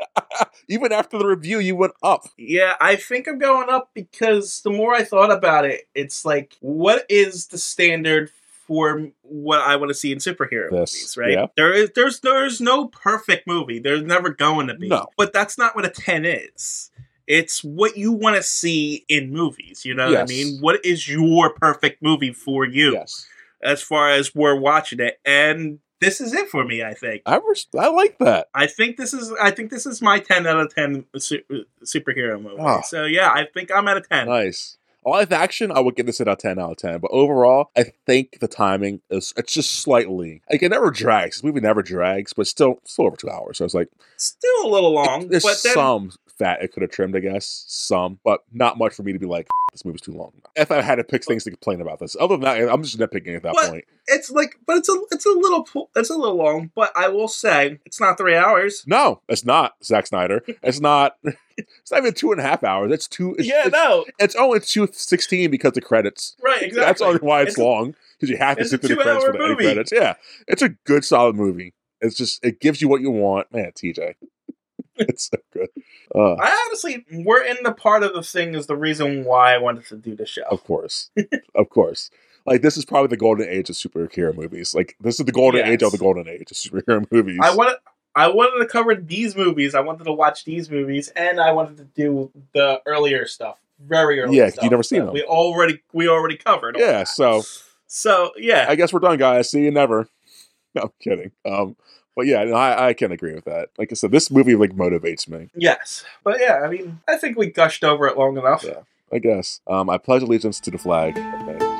A: even after the review, you went up.
B: Yeah, I think I'm going up because the more I thought about it, it's like, what is the standard for what I want to see in superhero
A: This,
B: movies? Right?
A: yeah.
B: There is there's there's no perfect movie. There's never going to be.
A: No.
B: But that's not what a ten is. It's what you want to see in movies. You know what I
A: Yes.
B: mean? What is your perfect movie for you
A: Yes.
B: as far as we're watching it? And this is it for me, I think.
A: I res- I like that.
B: I think this is I think this is my 10 out of 10 su- uh, superhero movie.
A: Ah.
B: So yeah, I think I'm at a 10.
A: Nice. Live action, I would give this at a ten out of ten. But overall, I think the timing is it's just slightly like it never drags. This movie never drags, but still still over two hours. So it's like
B: Still a little long,
A: there's
B: but then
A: some fat it could have trimmed, I guess. Some, but not much for me to be like, "F- this movie's too long. If I had to pick things to complain about this. Other than that, I'm just nitpicking at that
B: But-
A: point.
B: it's like but it's a it's a little pu- it's a little long, but I will say it's not 3 hours.
A: No, it's not Zack Snyder. It's not it's not even two and a half hours. It's two it's, it's,
B: no.
A: it's only two sixteen because the credits.
B: Right, exactly.
A: That's only why it's,
B: It's a-
A: long because you have to
B: it's
A: sit
B: a
A: through the credits for
B: two-hour
A: the end
B: movie.
A: credits. Yeah, it's a good, solid movie. It's just it gives you what you want, man. TJ, it's so good. Uh,
B: I honestly, we're in the part of the thing is the reason why I wanted to do the show.
A: of course, of course. Like this is probably the golden age of superhero movies. Like this is the golden age of
B: Yes.
A: the golden age of superhero movies.
B: I wanted, I wanted to cover these movies. I wanted to watch these movies, and I wanted to do the earlier stuff, very early.
A: Yeah, 'cause you
B: stuff
A: never seen
B: that
A: them.
B: We already, we already covered. all
A: yeah.
B: that.
A: So
B: so yeah,
A: Oh. I guess we're done, guys. See you never. No, I'm kidding. Um, but yeah, no, I, I can agree with that. Like I said, this movie like motivates me.
B: yes, but yeah, I mean, I think we gushed over it long enough.
A: Yeah. I guess. Um, I pledge allegiance to the flag. of the United